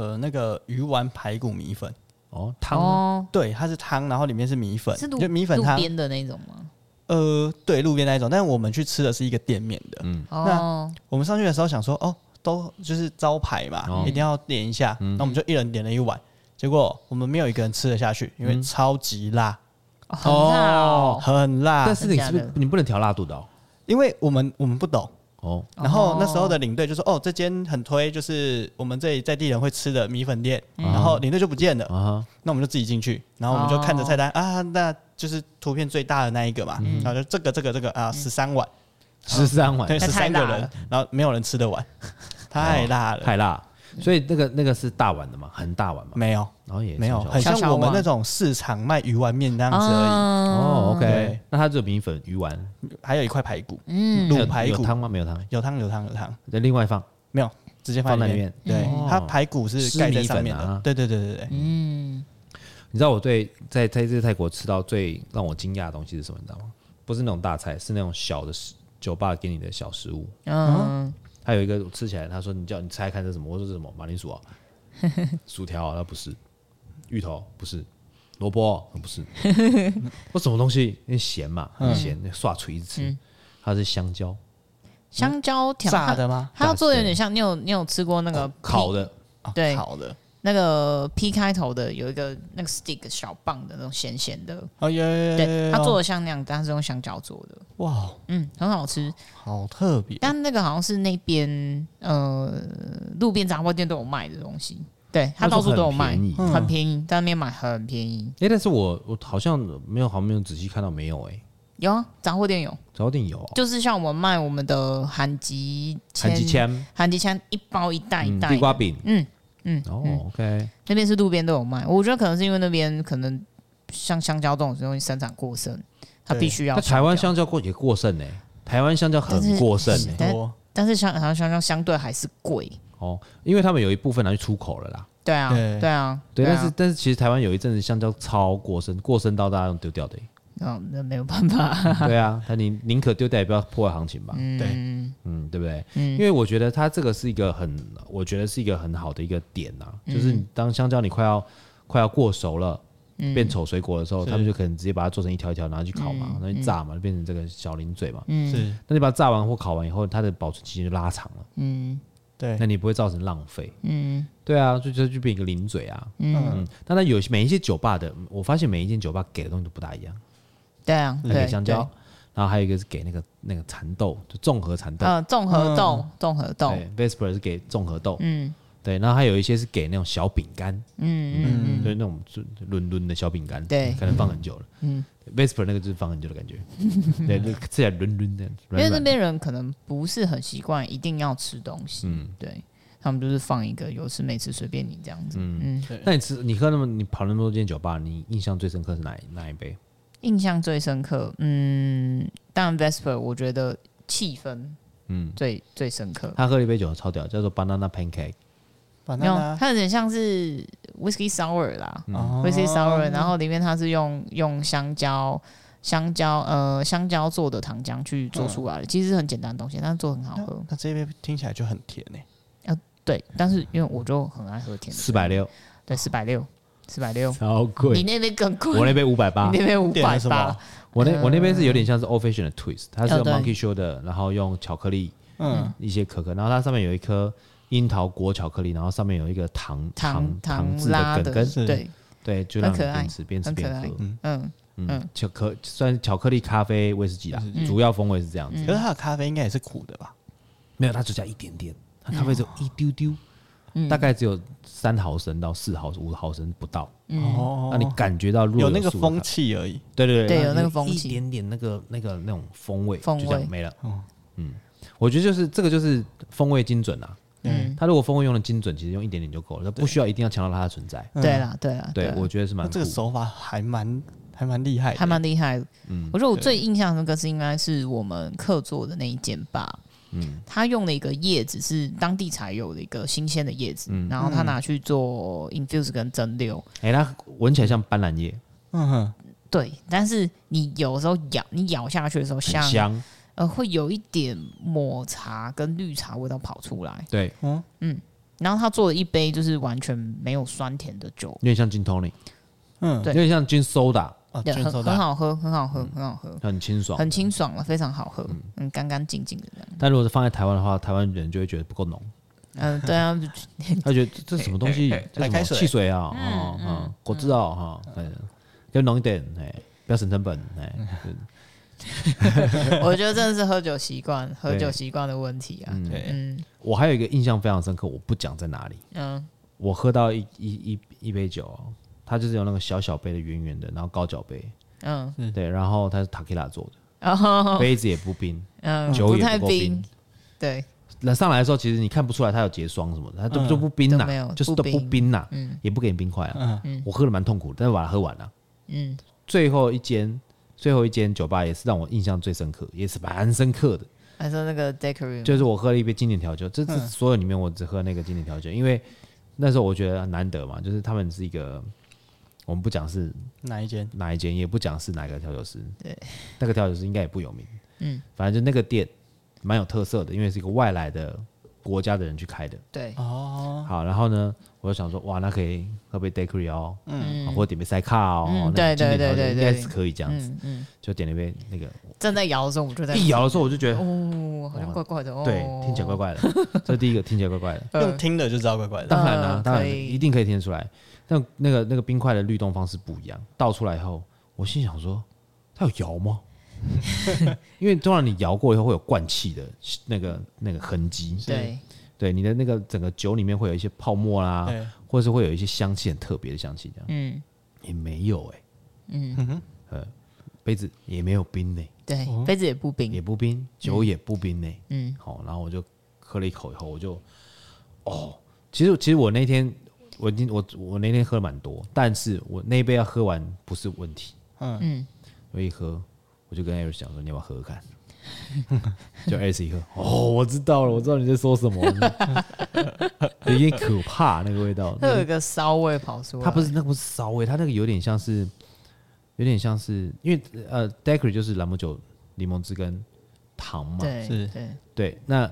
C: 呃，那个鱼丸排骨米粉，
A: 哦，汤吗、
B: 哦，
C: 对，它是汤，然后里面是米粉，
B: 是路
C: 就米粉
B: 路
C: 汤。
B: 边的那种吗？
C: 呃，对，路边那一种，但是我们去吃的是一个店面的。
B: 哦，
C: 我们上去的时候想说，哦，都就是招牌嘛，
A: 哦嗯
C: 一定要点一下。那、我们就一人点了一碗，结果我们没有一个人吃得下去，
A: 嗯
C: 因为超级辣，
B: 哦很辣哦，
C: 很辣
A: 但。是你是不
B: 真
A: 是
B: 假
A: 你不能调辣度的哦？
C: 因为我们我们不懂，
A: 哦，
B: 哦
C: 然后那时候的领队就说，哦，这间很推，就是我们这里在地人会吃的米粉店。
B: 嗯
C: 然后领队就不见了，
A: 啊哈，
C: 那我们就自己进去，然后我们就看着菜单、
B: 哦
C: 啊，那就是图片最大的那一个嘛，
B: 嗯
C: 然后就这个这个这个啊，十三碗，
A: 十三碗
C: 对，
B: 那
C: 十
B: 太
C: 三个
B: 辣
C: 人
B: 了，
C: 然后没有人吃得完，太辣了，
A: 哦太辣，所以那个那个是大碗的嘛，很大碗嘛，
C: 没有
A: 然后也
C: 没有，
A: 小小
C: 很像
B: 小小
C: 我们
B: 碗
C: 那种市场卖鱼丸面那样子而
B: 哦
A: 哦，OK，
C: 对
A: 那它只有米粉、鱼丸，
C: 已，还有一块排骨，
B: 嗯，
A: 还
C: 卤
A: 有
C: 排
A: 有
C: 骨，
A: 汤吗？没有汤，
C: 有汤有汤有汤，
A: 再另外放
C: 没有直接
A: 放
C: 放
A: 在
C: 在
A: 里
C: 里面，
A: 面。
C: 对
A: 哦，
C: 它排骨是
A: 湿
C: 盖在
A: 米
C: 上
A: 粉
C: 面的
A: 啊，
C: 对对对对对，
B: 嗯
A: 你知道我对在在这次泰国吃到最让我惊讶的东西是什么？你知道吗？不是那种大菜，是那种小的食酒吧给你的小食物。
B: 嗯，
A: 还有一个吃起来，他说你叫你猜看这是什么？我说这是什么？马铃薯啊， <laughs> 薯条啊，那不是，芋头不是，萝卜、啊、不是， <laughs> 我什么东西？因为咸嘛，
B: 嗯
A: 很咸，那刷嘴一直吃。它是香蕉
B: 香蕉条
C: 炸，的吗？
B: 它它要做的有点像你有你有吃过那个
A: 烤的，
C: 哦
B: 对
C: 烤的，
B: 那个 P 开头的有一个那个 stick 小棒的那种咸咸的，
C: 哦有有有有
B: 对，
C: 有，
B: 它做
C: 有
B: 的像那样，但它是用香蕉做的，
C: 哇，
B: 嗯，很好吃。
C: 好特别，
B: 但那个好像是那边呃路边杂货店都有卖的东西，对，它
A: 那时候
B: 到处都有
A: 很
B: 卖，
A: 便宜
C: 嗯
B: 很便宜，在那边买很便宜。
A: 哎、但是我我好像没有，好像没有仔细看到，没有哎、
B: 有啊，杂货店有，
A: 早点有、哦，
B: 就是像我们卖我们的韩吉
A: 韩吉
B: 签，
A: 签、
B: 韩吉签一包一袋一
A: 嗯、
B: 袋
A: 地
B: 的，
A: 瓜饼，
B: 嗯嗯，
A: 哦、
B: 嗯
A: o k
B: 那边是路边都有卖。我觉得可能是因为那边可能像香蕉这种东西生产过剩，它
C: 对
B: 必须要
A: 那台湾
B: 香
A: 香蕉过也过剩呢、台湾香蕉很过剩呢、
B: 但
C: 多
B: 但是香好像香蕉相对还是贵，
A: 哦，因为他们有一部分拿去出口了啦。
B: 对啊，
C: 对
B: 对啊，
A: 对，
B: 啊
A: 但是但是其实台湾有一阵子香蕉超过剩，过剩到大家都丢掉的、
B: 嗯，那没有办法， <laughs>
A: 对啊，他宁宁可丢掉也不要破坏行情吧。
C: 对，
A: 嗯，对不对？因为我觉得它这个是一个很，我觉得是一个很好的一个点呐、就是你当香蕉你快要快要过熟了。变丑水果的时候，
C: 是
A: 他们就可能直接把它做成一条一条，拿去烤嘛，拿去炸嘛，就变成这个小零嘴嘛。
B: 嗯
C: 是，
A: 那你把它炸完或烤完以后，它的保存期间就拉长了，
C: 对
A: 那你不会造成浪费。嗯，对啊，就就就变一个零嘴啊。嗯，当然有些每一些酒吧的，我发现每一间酒吧给的东西都不大一样，
B: 对啊，
A: 那
B: 对
A: 给香蕉，然后还有一个是给那个那个蚕豆，就综合蚕豆。
B: 呃，综合豆，综合豆，
A: 对，Vesper 是给综合豆，嗯，对，然后还有一些是给那种小饼干，嗯嗯，就是那种就伦敦的小饼干，
B: 对
A: 可能放很久了，嗯，Vesper 那个就是放很久的感觉，对，就吃起来伦敦的，
B: 因
A: 软
B: 为那
A: 软的，
B: 边人可能不是很习惯一定要吃东西，
A: 嗯
B: 对他们就是放一个有吃没吃随便你这样子。
A: 那你吃你喝那么你跑那么多间酒吧，你印象最深刻是哪一哪一杯？
B: 印象最深刻，嗯，当然 Vesper 我觉得气氛，嗯，最最深刻。
A: 他喝了一杯酒超屌，叫做 Banana Pancake，
C: 反
B: 没
C: 正
B: 有
C: 呢，
B: 它有点像是 whiskey sour 啦、
C: 哦
B: w h i s k y sour，然后里面它是用用香蕉、香蕉呃香蕉做的糖浆去做出来的，其实是很简单的东西，但是做得很好喝。
C: 那这边听起来就很甜诶，
B: 对，但是因为我就很爱喝甜的，
A: 四百六，
B: 对四百六，四百六，
A: 超
B: 你
A: 贵，
B: 那边更贵，
A: 我那杯五百八
B: 你，那边五
C: 点
B: 百
C: 了什
B: 八
C: 么，
A: 我那我那边是有点像是 old fashion 的 twist，它是
B: 哦
A: 用
B: 对
A: monkey shoulder，然后用巧克力
C: 嗯，
A: 一些可可，然后它上面有一颗樱桃果巧克力，然后上面有一个糖
B: 糖
A: 糖制
B: 拉
A: 的
B: 的
A: 梗，根，
C: 是
B: 对，
A: 对，就让你
B: 很可爱
A: 边吃边吃
B: 很可
A: 边
B: 爱
A: 喝。
B: 嗯，
A: 嗯，巧克算巧克力咖啡威士忌啦，主要风味是这样子
B: 嗯
C: 可，是它的咖啡应该也是苦的吧？
A: 没有它只加一点点，它咖啡只有
B: 嗯
A: 一丢丢，大概只有三毫升到四毫五毫升不到，
B: 嗯
C: 哦
A: 让你感觉到若
C: 有那个
A: 素的
C: 风
A: 咖，
C: 气而已。
A: 对对
B: 对
A: 让
B: 有
A: 你
B: 那个风
A: 一
B: 气
A: 点点那个那个那种风味，
B: 风
A: 就这样
B: 味
A: 没了。
C: 哦
A: 嗯，我觉得就是这个就是风味精准啊。
B: 嗯，
A: 它如果风味用的精准，其实用一点点就够了，它不需要一定要强调它的存在。
B: 对啦，对啦，
A: 对
B: 啦，
A: 我觉得是蛮
C: 那
A: 酷
C: 这个手法还蛮还蛮厉害的，
B: 还蛮厉害的。我觉得我最印象深刻是应该是我们客座的那一间吧，他用的一个叶子是当地才有的一个新鲜的叶子，然后他拿去做 infuse 跟蒸馏，
A: 哎、它闻起来像斑斓叶，
C: 嗯哼，
B: 对，但是你有时候咬，你咬下去的时候
A: 很
B: 像，
A: 香，
B: 呃，会有一点抹茶跟绿茶味道跑出来。
A: 对，
C: 哦
B: 然后他做了一杯就是完全没有酸甜的酒，
A: 有点像金 tonic，
C: 嗯，
B: 对
A: 有点像金 soda，
C: 哦，
B: 对，
C: 卷
B: 很
C: 手
B: 很
C: 的，
B: 好喝，很好喝，很好喝，
A: 很清爽。
B: 很清爽了，非常好喝，嗯，干干净净的这样。
A: 但如果是放在台湾的话，台湾人就会觉得不够
B: <laughs>
A: 浓，
B: 嗯，对啊，
A: 他觉得这这什么东西，这
C: 白
A: 什么
C: 哎开水
A: 汽水啊，
B: 嗯
A: 啊啊，果汁啊，哈，嗯要浓一点，哎，不要省成本，哎，
B: 我觉得真的是喝酒习惯，喝
A: 对
B: 酒习惯的问题啊。
C: 对，
B: 嗯
A: 我还有一个印象非常深刻，我不讲在哪里。
B: 嗯
A: 我喝到一一一一杯酒哦，它就是有那个小小杯的圆圆的，然后高脚杯，
B: 嗯，
A: 对，然后它是塔 q 拉做的，
B: 然后
A: 杯子也不冰，
B: 嗯，
A: 酒
B: 不
A: 也
B: 太
A: 不够冰
B: 冰，。对，
A: 那上来的时候，其实你看不出来它有结霜什么的，它都
C: 嗯
A: 就不冰
B: 都没有
A: 呐，就是都
B: 不
A: 不
B: 冰
A: 冰呐，也不给你冰块啊。我喝的蛮痛苦的，但是把它喝完了。
B: 嗯
A: 最后一间，最后一间酒吧也是让我印象最深刻，也是蛮深刻的。
B: 还说那个 Decory，
A: 就是我喝了一杯经典调酒，这
B: 嗯
A: 这所有里面我只喝那个经典调酒，因为那时候我觉得很难得嘛，就是他们是一个，我们不讲是
C: 哪一间？
A: 哪一间，也不讲是哪个调酒师，对，那个调酒师应该也不有名，
B: 嗯
A: 嗯，反正就那个店蛮有特色的，因为是一个外来的国家的人去开的。
B: 对，
C: 哦，
A: 好，然后呢，我就想说，哇，那可以喝杯 Daiquiri 哦，嗯，或者点杯塞卡哦，
B: 嗯
A: 那个
B: 对对
A: 经典调酒
B: 对对
A: 应
B: 对
A: 该是可以这样子，
B: 嗯嗯，
A: 就点了一杯那个，
B: 正在摇的时候，我们就在
A: 一摇的时候我就觉得，
B: 哦，好像怪怪的哦，
A: 哎对，听起来怪怪的，这是第一个听起来怪怪的。
B: 呃
C: 用听的就知道怪怪的，
A: 当然啦、
B: 呃
A: 当然
B: 可以
A: 一定可以听得出来。但那个那个冰块的律动方式不一样，倒出来以后，我心想说，它有摇吗？ <laughs> 因为通常你摇过以后会有灌气的那个那个痕迹，
B: 对，
A: 对，你的那个整个酒里面会有一些泡沫啦，
C: 对，
A: 或者是会有一些香气很特别的香气，这样
B: 嗯
A: 也没有哎、
B: 嗯，
A: 杯子也没有冰呢、
B: 对，杯子也不冰
A: 也，不冰，酒也不冰呢、
B: 嗯
A: 好，然后我就喝了一口以后，我就哦，其实其实我那天我今我我那天喝了蛮多，但是我那一杯要喝完不是问题，
B: 嗯，
A: 我一喝我就跟 Eric 讲说你要不要喝喝看， <laughs> 就 Eric 一喝，哦，我知道了，我知道你在说什
B: <laughs>
A: 么，有点可怕那个味道，
B: 它有一个骚味跑出来，
A: 它不是那个不是骚味，它那个有点像是有点像是因为呃 d e c r y 就是朗姆酒、柠檬汁跟糖嘛，
B: 对
C: 是
B: 对，
A: 对，那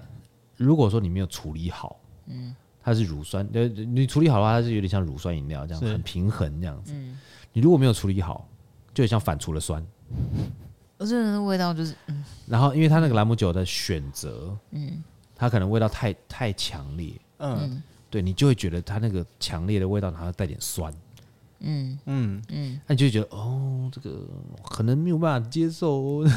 A: 如果说你没有处理好，嗯，它是乳酸，呃，你处理好的话，它是有点像乳酸饮料这样，
C: 是
A: 很平衡这样子。你如果没有处理好，就很像反刍了酸。
B: 我真的那味道就是
A: 然后，因为它那个兰姆酒的选择，嗯，它可能味道太太强烈，
C: 嗯
A: 对你就会觉得它那个强烈的味道，然后带点酸，
B: 嗯
C: 嗯，
A: 那你就会觉得哦，这个可能没有办法接受
B: <laughs>
A: 哦。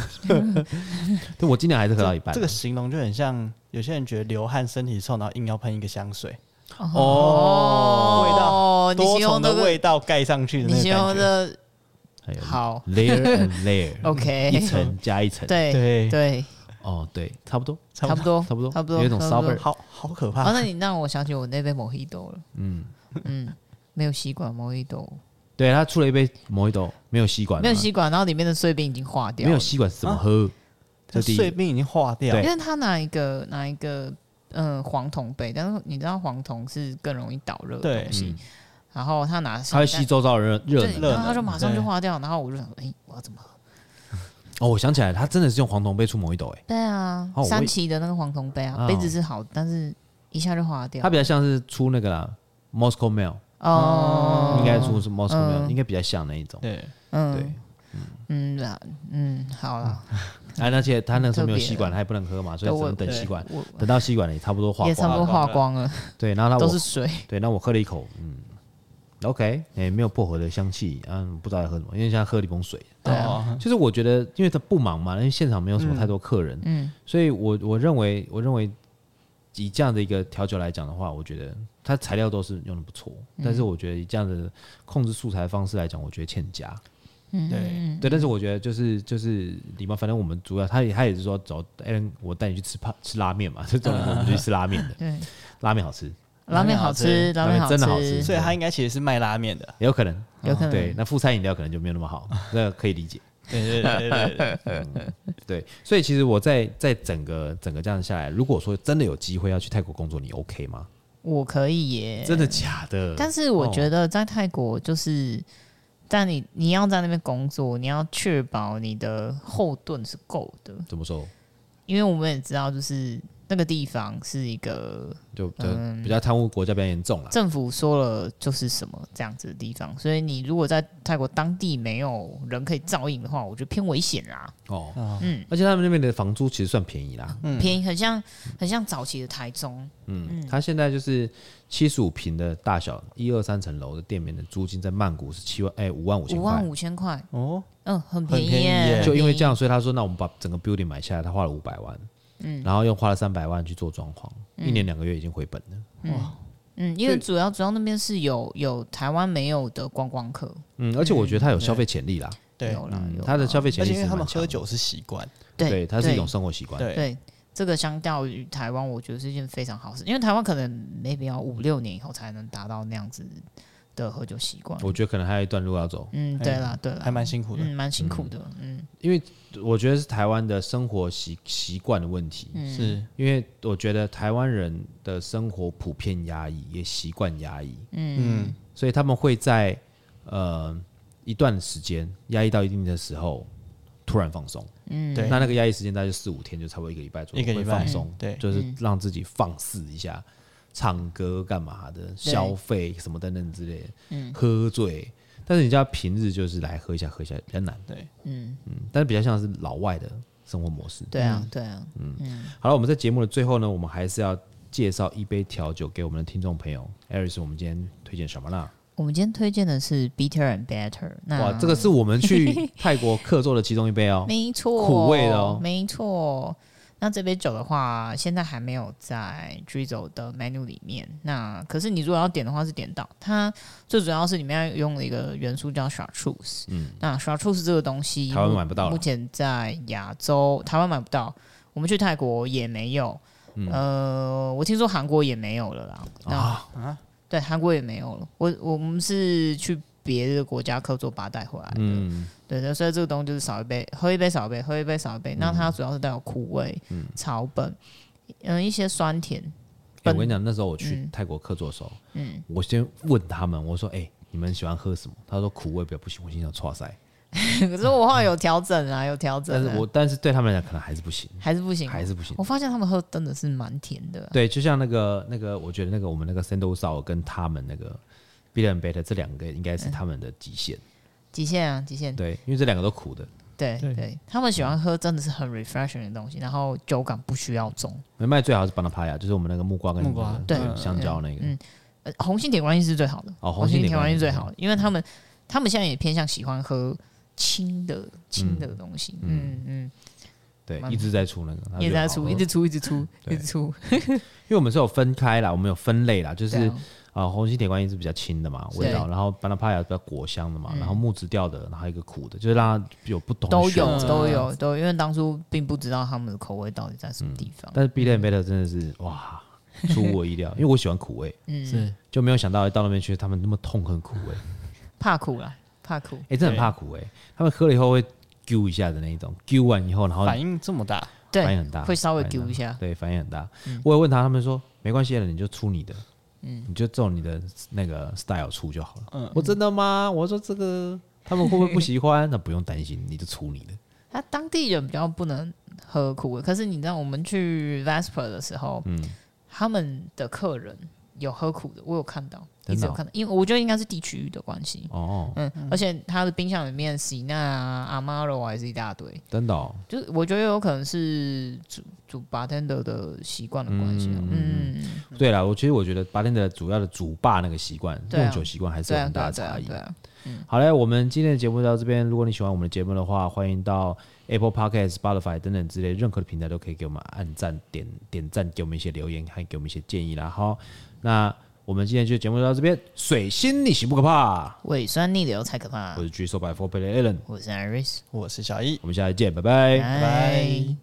A: 对，我今年还是喝到一半，
C: 这个形容就很像有些人觉得流汗身体臭，然后硬要喷一个香水，
B: 哦
C: 味道
B: 哦，你
C: 多
B: 形容
C: 重
B: 那
C: 的
B: 个，
C: 味道盖上去的
B: 你
C: 那
B: 形容
C: 个感觉，
B: 的
A: 还有
B: 好
A: 哎 layer and layer，一
B: ，OK，
A: 层加一层，
B: 对
C: 对
B: 对，
A: 哦，对，差不多，
B: 差不多
A: 差不多，
B: 差不多
A: 有一种
B: 差不多
A: sober
C: 好好可
A: 啊
B: 哦，
C: 怕，
B: 那你让我想起我那杯 Mojito 了，嗯嗯，没有吸管 Mojito，
A: 对他出了一杯 Mojito，没有吸管，啊
B: 没有，吸管，然后里面的碎冰已经化掉
A: 没
B: 了
A: 有，吸管是怎么喝？这
C: 这
A: 第一
C: 碎冰已经化掉，
A: 对
B: 因为他拿一个拿一个嗯黄铜杯，但是你知道黄铜是更容易导热的
C: 对
B: 东西
A: 嗯，
B: 然后他拿
A: 它会吸周遭的热热
B: 对，
A: 能。啊
B: 然后他
C: 热
B: 就
C: 能
B: 马上就
C: 对
B: 化掉，然后我就想说，哎、我要怎么喝？
A: 哦，我想起来，他真的是用黄铜杯出 Mojito，哎，
B: 对啊，
A: 哦我
B: 三
A: 也
B: 旗的那个黄铜杯啊，
A: 哦
B: 杯子是好，但是一下就化掉
A: 他。比较像是出那个啦 Moscow Mule，
B: 哦，
A: 应该出是 Moscow
B: 嗯
A: Mule，应该比较像那一种。
C: 对，
A: 对
B: 嗯嗯啊嗯，好了，
A: 哎，而且他那个时候没有
B: 特别
A: 吸管，他也不能喝嘛，所以
B: 对
A: 只
B: 我
A: 能等
C: 对
A: 吸管，
B: 我
A: 等到吸管也差不多嗯化
B: 也差
A: 光
B: 不多
A: 了。
B: 化光了，
A: 对，然后他
B: 都
A: 我
B: 是水。
A: 对，那我喝了一口，嗯，OK，哎，没有薄荷的香气，嗯，不知道在喝什么，因为现在喝了一桶水。
B: 对啊
C: 哦，
A: 就是我觉得，因为他不忙嘛，因为现场没有什么太多客人，
B: 嗯
A: 所以我我认为，我认为以这样的一个调酒来讲的话，我觉得它材料都是用的不错，
B: 嗯
A: 但是我觉得以这样的控制素材方式来讲，我觉得欠佳。
B: 嗯，
C: 对
B: 嗯
A: 对，但是我觉得就是就是礼貌，反正我们主要他也他也是说走，哎，我带你去吃泡吃拉面嘛，这 <laughs> 种我们就去吃拉面的，
B: 对，
A: 拉面好吃，
B: 拉面好吃，拉
A: 拉
B: 面
A: 面
B: 好
A: 真的好吃
C: 所以他应该其实是卖拉面的，
A: 也有可能。哦
B: 有可
A: <laughs>
B: 能
A: 对，那副餐饮料可能就没有那么好，那可以理解。嗯
C: <laughs> 对对对对对，
A: 对，所以其实我在在整个整个这样下来，如果说真的有机会要去泰国工作，你 OK 吗？
B: 我可以耶，
A: 真的哦假的？
B: 但是我觉得在泰国就是，但你你要在那边工作，你要确保你的后盾是够的，
A: 怎么说，
B: 因为我们也知道，就是那个地方是一个
A: 就比较、比较贪污国家比较严重了。
B: 政府说了就是什么这样子的地方，所以你如果在泰国当地没有人可以照应的话，我觉得偏危险啊啦。
A: 哦，嗯，而且他们那边的房租其实算便宜啦。
B: 便宜很像很像早期的台中，
A: 嗯，他现在就是七十五平的大小，一二三层楼的店面的租金在曼谷是七万哎五万五千
B: 五万
A: 块。
B: 五千块，
C: 哦，
B: 嗯，很便宜耶，
C: 很便宜耶
A: 就因为这样，所以他说，那我们把整个 building 买下来，他花了五百万，嗯，然后又花了三百万去做装潢，一年两个月已经回本了。
B: 嗯，因为主要主要那边是有有台湾没有的观光客，
A: 嗯，而且我觉得他有消费潜力啦，
C: 对，
B: 有啦，
A: 嗯
B: 有啦
A: 他的消费
C: 而
A: 潜力
C: 且
A: 是
C: 因为他们
A: 蛮强
C: 喝
A: 的，
C: 酒是习惯，
B: 对
A: 对，它是一种
B: 对
A: 生活习惯。
C: 对，
B: 对这个相较于台湾，我觉得是一件非常好事，因为台湾可能 maybe 要五六年以后才能达到那样子的喝酒习惯。
A: 我觉得可能还有一段路要走，
B: 嗯，对啦，对
C: 哎还
B: 啦，
C: 蛮辛苦的。
B: 嗯，蛮辛苦的，嗯，
A: 因为我觉得是台湾的生活习习惯的问题。
C: 是，
A: 因为我觉得台湾人的生活普遍压抑，也习惯压抑，
C: 嗯，
A: 所以他们会在呃一段时间压抑到一定的时候，突然放松。
C: 对
A: 那，那个压抑时间大概就四五天，就差不多一个礼拜左右，
C: 嗯一个礼
A: 会
C: 拜
A: 放松，
C: 对
A: 就是让自己放肆一下，唱歌干嘛的，消费什么等等之类的，
C: 嗯
A: 喝醉。但是你家平日就是来喝一下，喝一下比较难，
C: 对，
A: 嗯，但是比较像是老外的生活模式。
B: 对
C: 嗯
B: 啊，对啊，
A: 好了，我们在节目的最后呢，我们还是要介绍一杯调酒给我们的听众朋友。艾瑞斯，我们今天推荐什么啦？
B: 我们今天推荐的是 Bitter and Better，那
A: 哇，这个是我们去泰国客座的其中一杯哦。
B: <laughs> 没错，
A: 苦味的哦
B: 没错。那这杯酒的话，现在还没有在 Drizzle 的 menu 里面。那可是你如果要点的话，是点到它最主要是里面用了一个元素叫 chartreuse。嗯，那 chartreuse 这个东西
A: 台湾买不到了
B: 目前在亚洲台湾买不到，我们去泰国也没有。呃，我听说韩国也没有了啦。那
A: 嗯啊，
B: 对，韩国也没有了。我我们是去别的国家客座把它带回来的。
A: 嗯，
B: 对对，所以这个东西就是少一杯，喝一杯少一杯，喝一杯少一杯。那
A: 嗯
B: 它主要是带有苦味、草本，嗯，一些酸甜。 <laughs>
A: 欸
B: 本
A: 我跟你讲，那时候我去泰国客座的时候，嗯，我先问他们，我说：“哎、你们喜欢喝什么？”他说：“苦味比较不行。”我心想：“哇塞！”
B: 可是我后来有调整啊，有调整
A: 但
B: 啊、
A: 是我但是对他们来讲，可能还是不行，
B: 还是不行，哦
A: 还是不行。
B: 我发现他们喝真的是蛮甜的啊、
A: 对，就像那个那个，我觉得那个我们那个 Sando s a 跟他们那个 Bill and Beta 这两个应
B: 嗯
A: 该是他们的极限。
B: 极限啊，极限。
A: 对，因为这两个都苦的。
B: 对对他们喜欢喝真的是很 refreshing 的东西，然后酒感不需要重。
A: 没卖最好是巴拿帕亚，啊就是我们那个木瓜跟
C: 木瓜
A: 对
B: 对嗯
A: 香蕉那个。
B: 呃，红心铁观音是最好的，
A: 哦红
B: 红
A: 心
B: 心
A: 铁
B: 铁
A: 观
B: 观
A: 音嗯
B: 音最好的，因为他们他们现在也偏向喜欢喝轻的轻的东西，嗯嗯，
A: 对，
B: 蛮
A: 一直在出那个，它
B: 一直在
A: 就好
B: 出，
A: 喝
B: 一直出，一直出，
A: 对
B: 一直出，
A: 因为我们是有分开啦，我们有分类啦，就
B: 对
A: 是
B: 啊
A: 啊，红心铁观音是比较轻的嘛，味道，然后巴拿帕亚比较果香的嘛，然后木质调的，然后还有一个苦的，就是让它有不同的
B: 嗯都
A: 选
B: 有
A: 择
B: 都有都有，因为当初并不知道他们的口味到底在什么地方。
A: 但是 B 类 b e t 真的是哇，出乎我
B: <laughs>
A: 意料，因为我喜欢苦味，
B: 嗯
C: 是，
A: 就没有想到到那边去，他们那么痛恨苦味，
B: 怕苦啦，怕苦。
A: 哎，真的很怕苦哎，他们喝了以后会揪一下的那一种，揪完以后，然后
C: 反应这么大，
B: 对，
A: 反应很大
B: 会稍微
A: 反应
B: 丢一下。
A: 对，反应很大。
B: 嗯
A: 我有问他，他们说没关系的，你就出你的，你就照你的那个 style 出就好了。
B: 嗯
A: 我真的吗？我说这个他们会不会不喜欢？那不用担心，你就出你的。
B: 他当地人比较不能喝苦味，可是你知道我们去 Vesper 的时候，
A: 嗯
B: 他们的客人有喝苦的，我有看到，
A: 真的哦
B: 一直有看到，因为我觉得应该是地区域的关系。
A: 哦，
B: 嗯，而且他的冰箱里面喜娜啊、阿玛罗还是一大堆，
A: 真的哦，
B: 就是我觉得有可能是主主 bartender 的习惯的关系啊。嗯，
A: 对了，我其实我觉得八天的主要的主霸那个习惯，
B: 对啊
A: 用酒习惯还是
B: 对
A: 有
B: 啊，
A: 很
B: 对
A: 大
B: 啊，
A: 的
B: 对
A: 差
B: 啊，
A: 异
B: 对。啊。
A: 好嘞，我们今天的节目就到这边。如果你喜欢我们的节目的话，欢迎到 Apple Podcast、Spotify 等等之类任何的平台都可以给我们按赞、点点赞，给我们一些留言，还给我们一些建议啦。好，那我们今天就节目就到这边。水星逆行不可怕，
B: 胃酸逆流才可怕
A: 我。是 G 手百 Four 倍的 Allen，
B: 我是 Iris，
C: 我是小易，
A: 哎我们下次见，拜拜
B: 拜
C: 拜。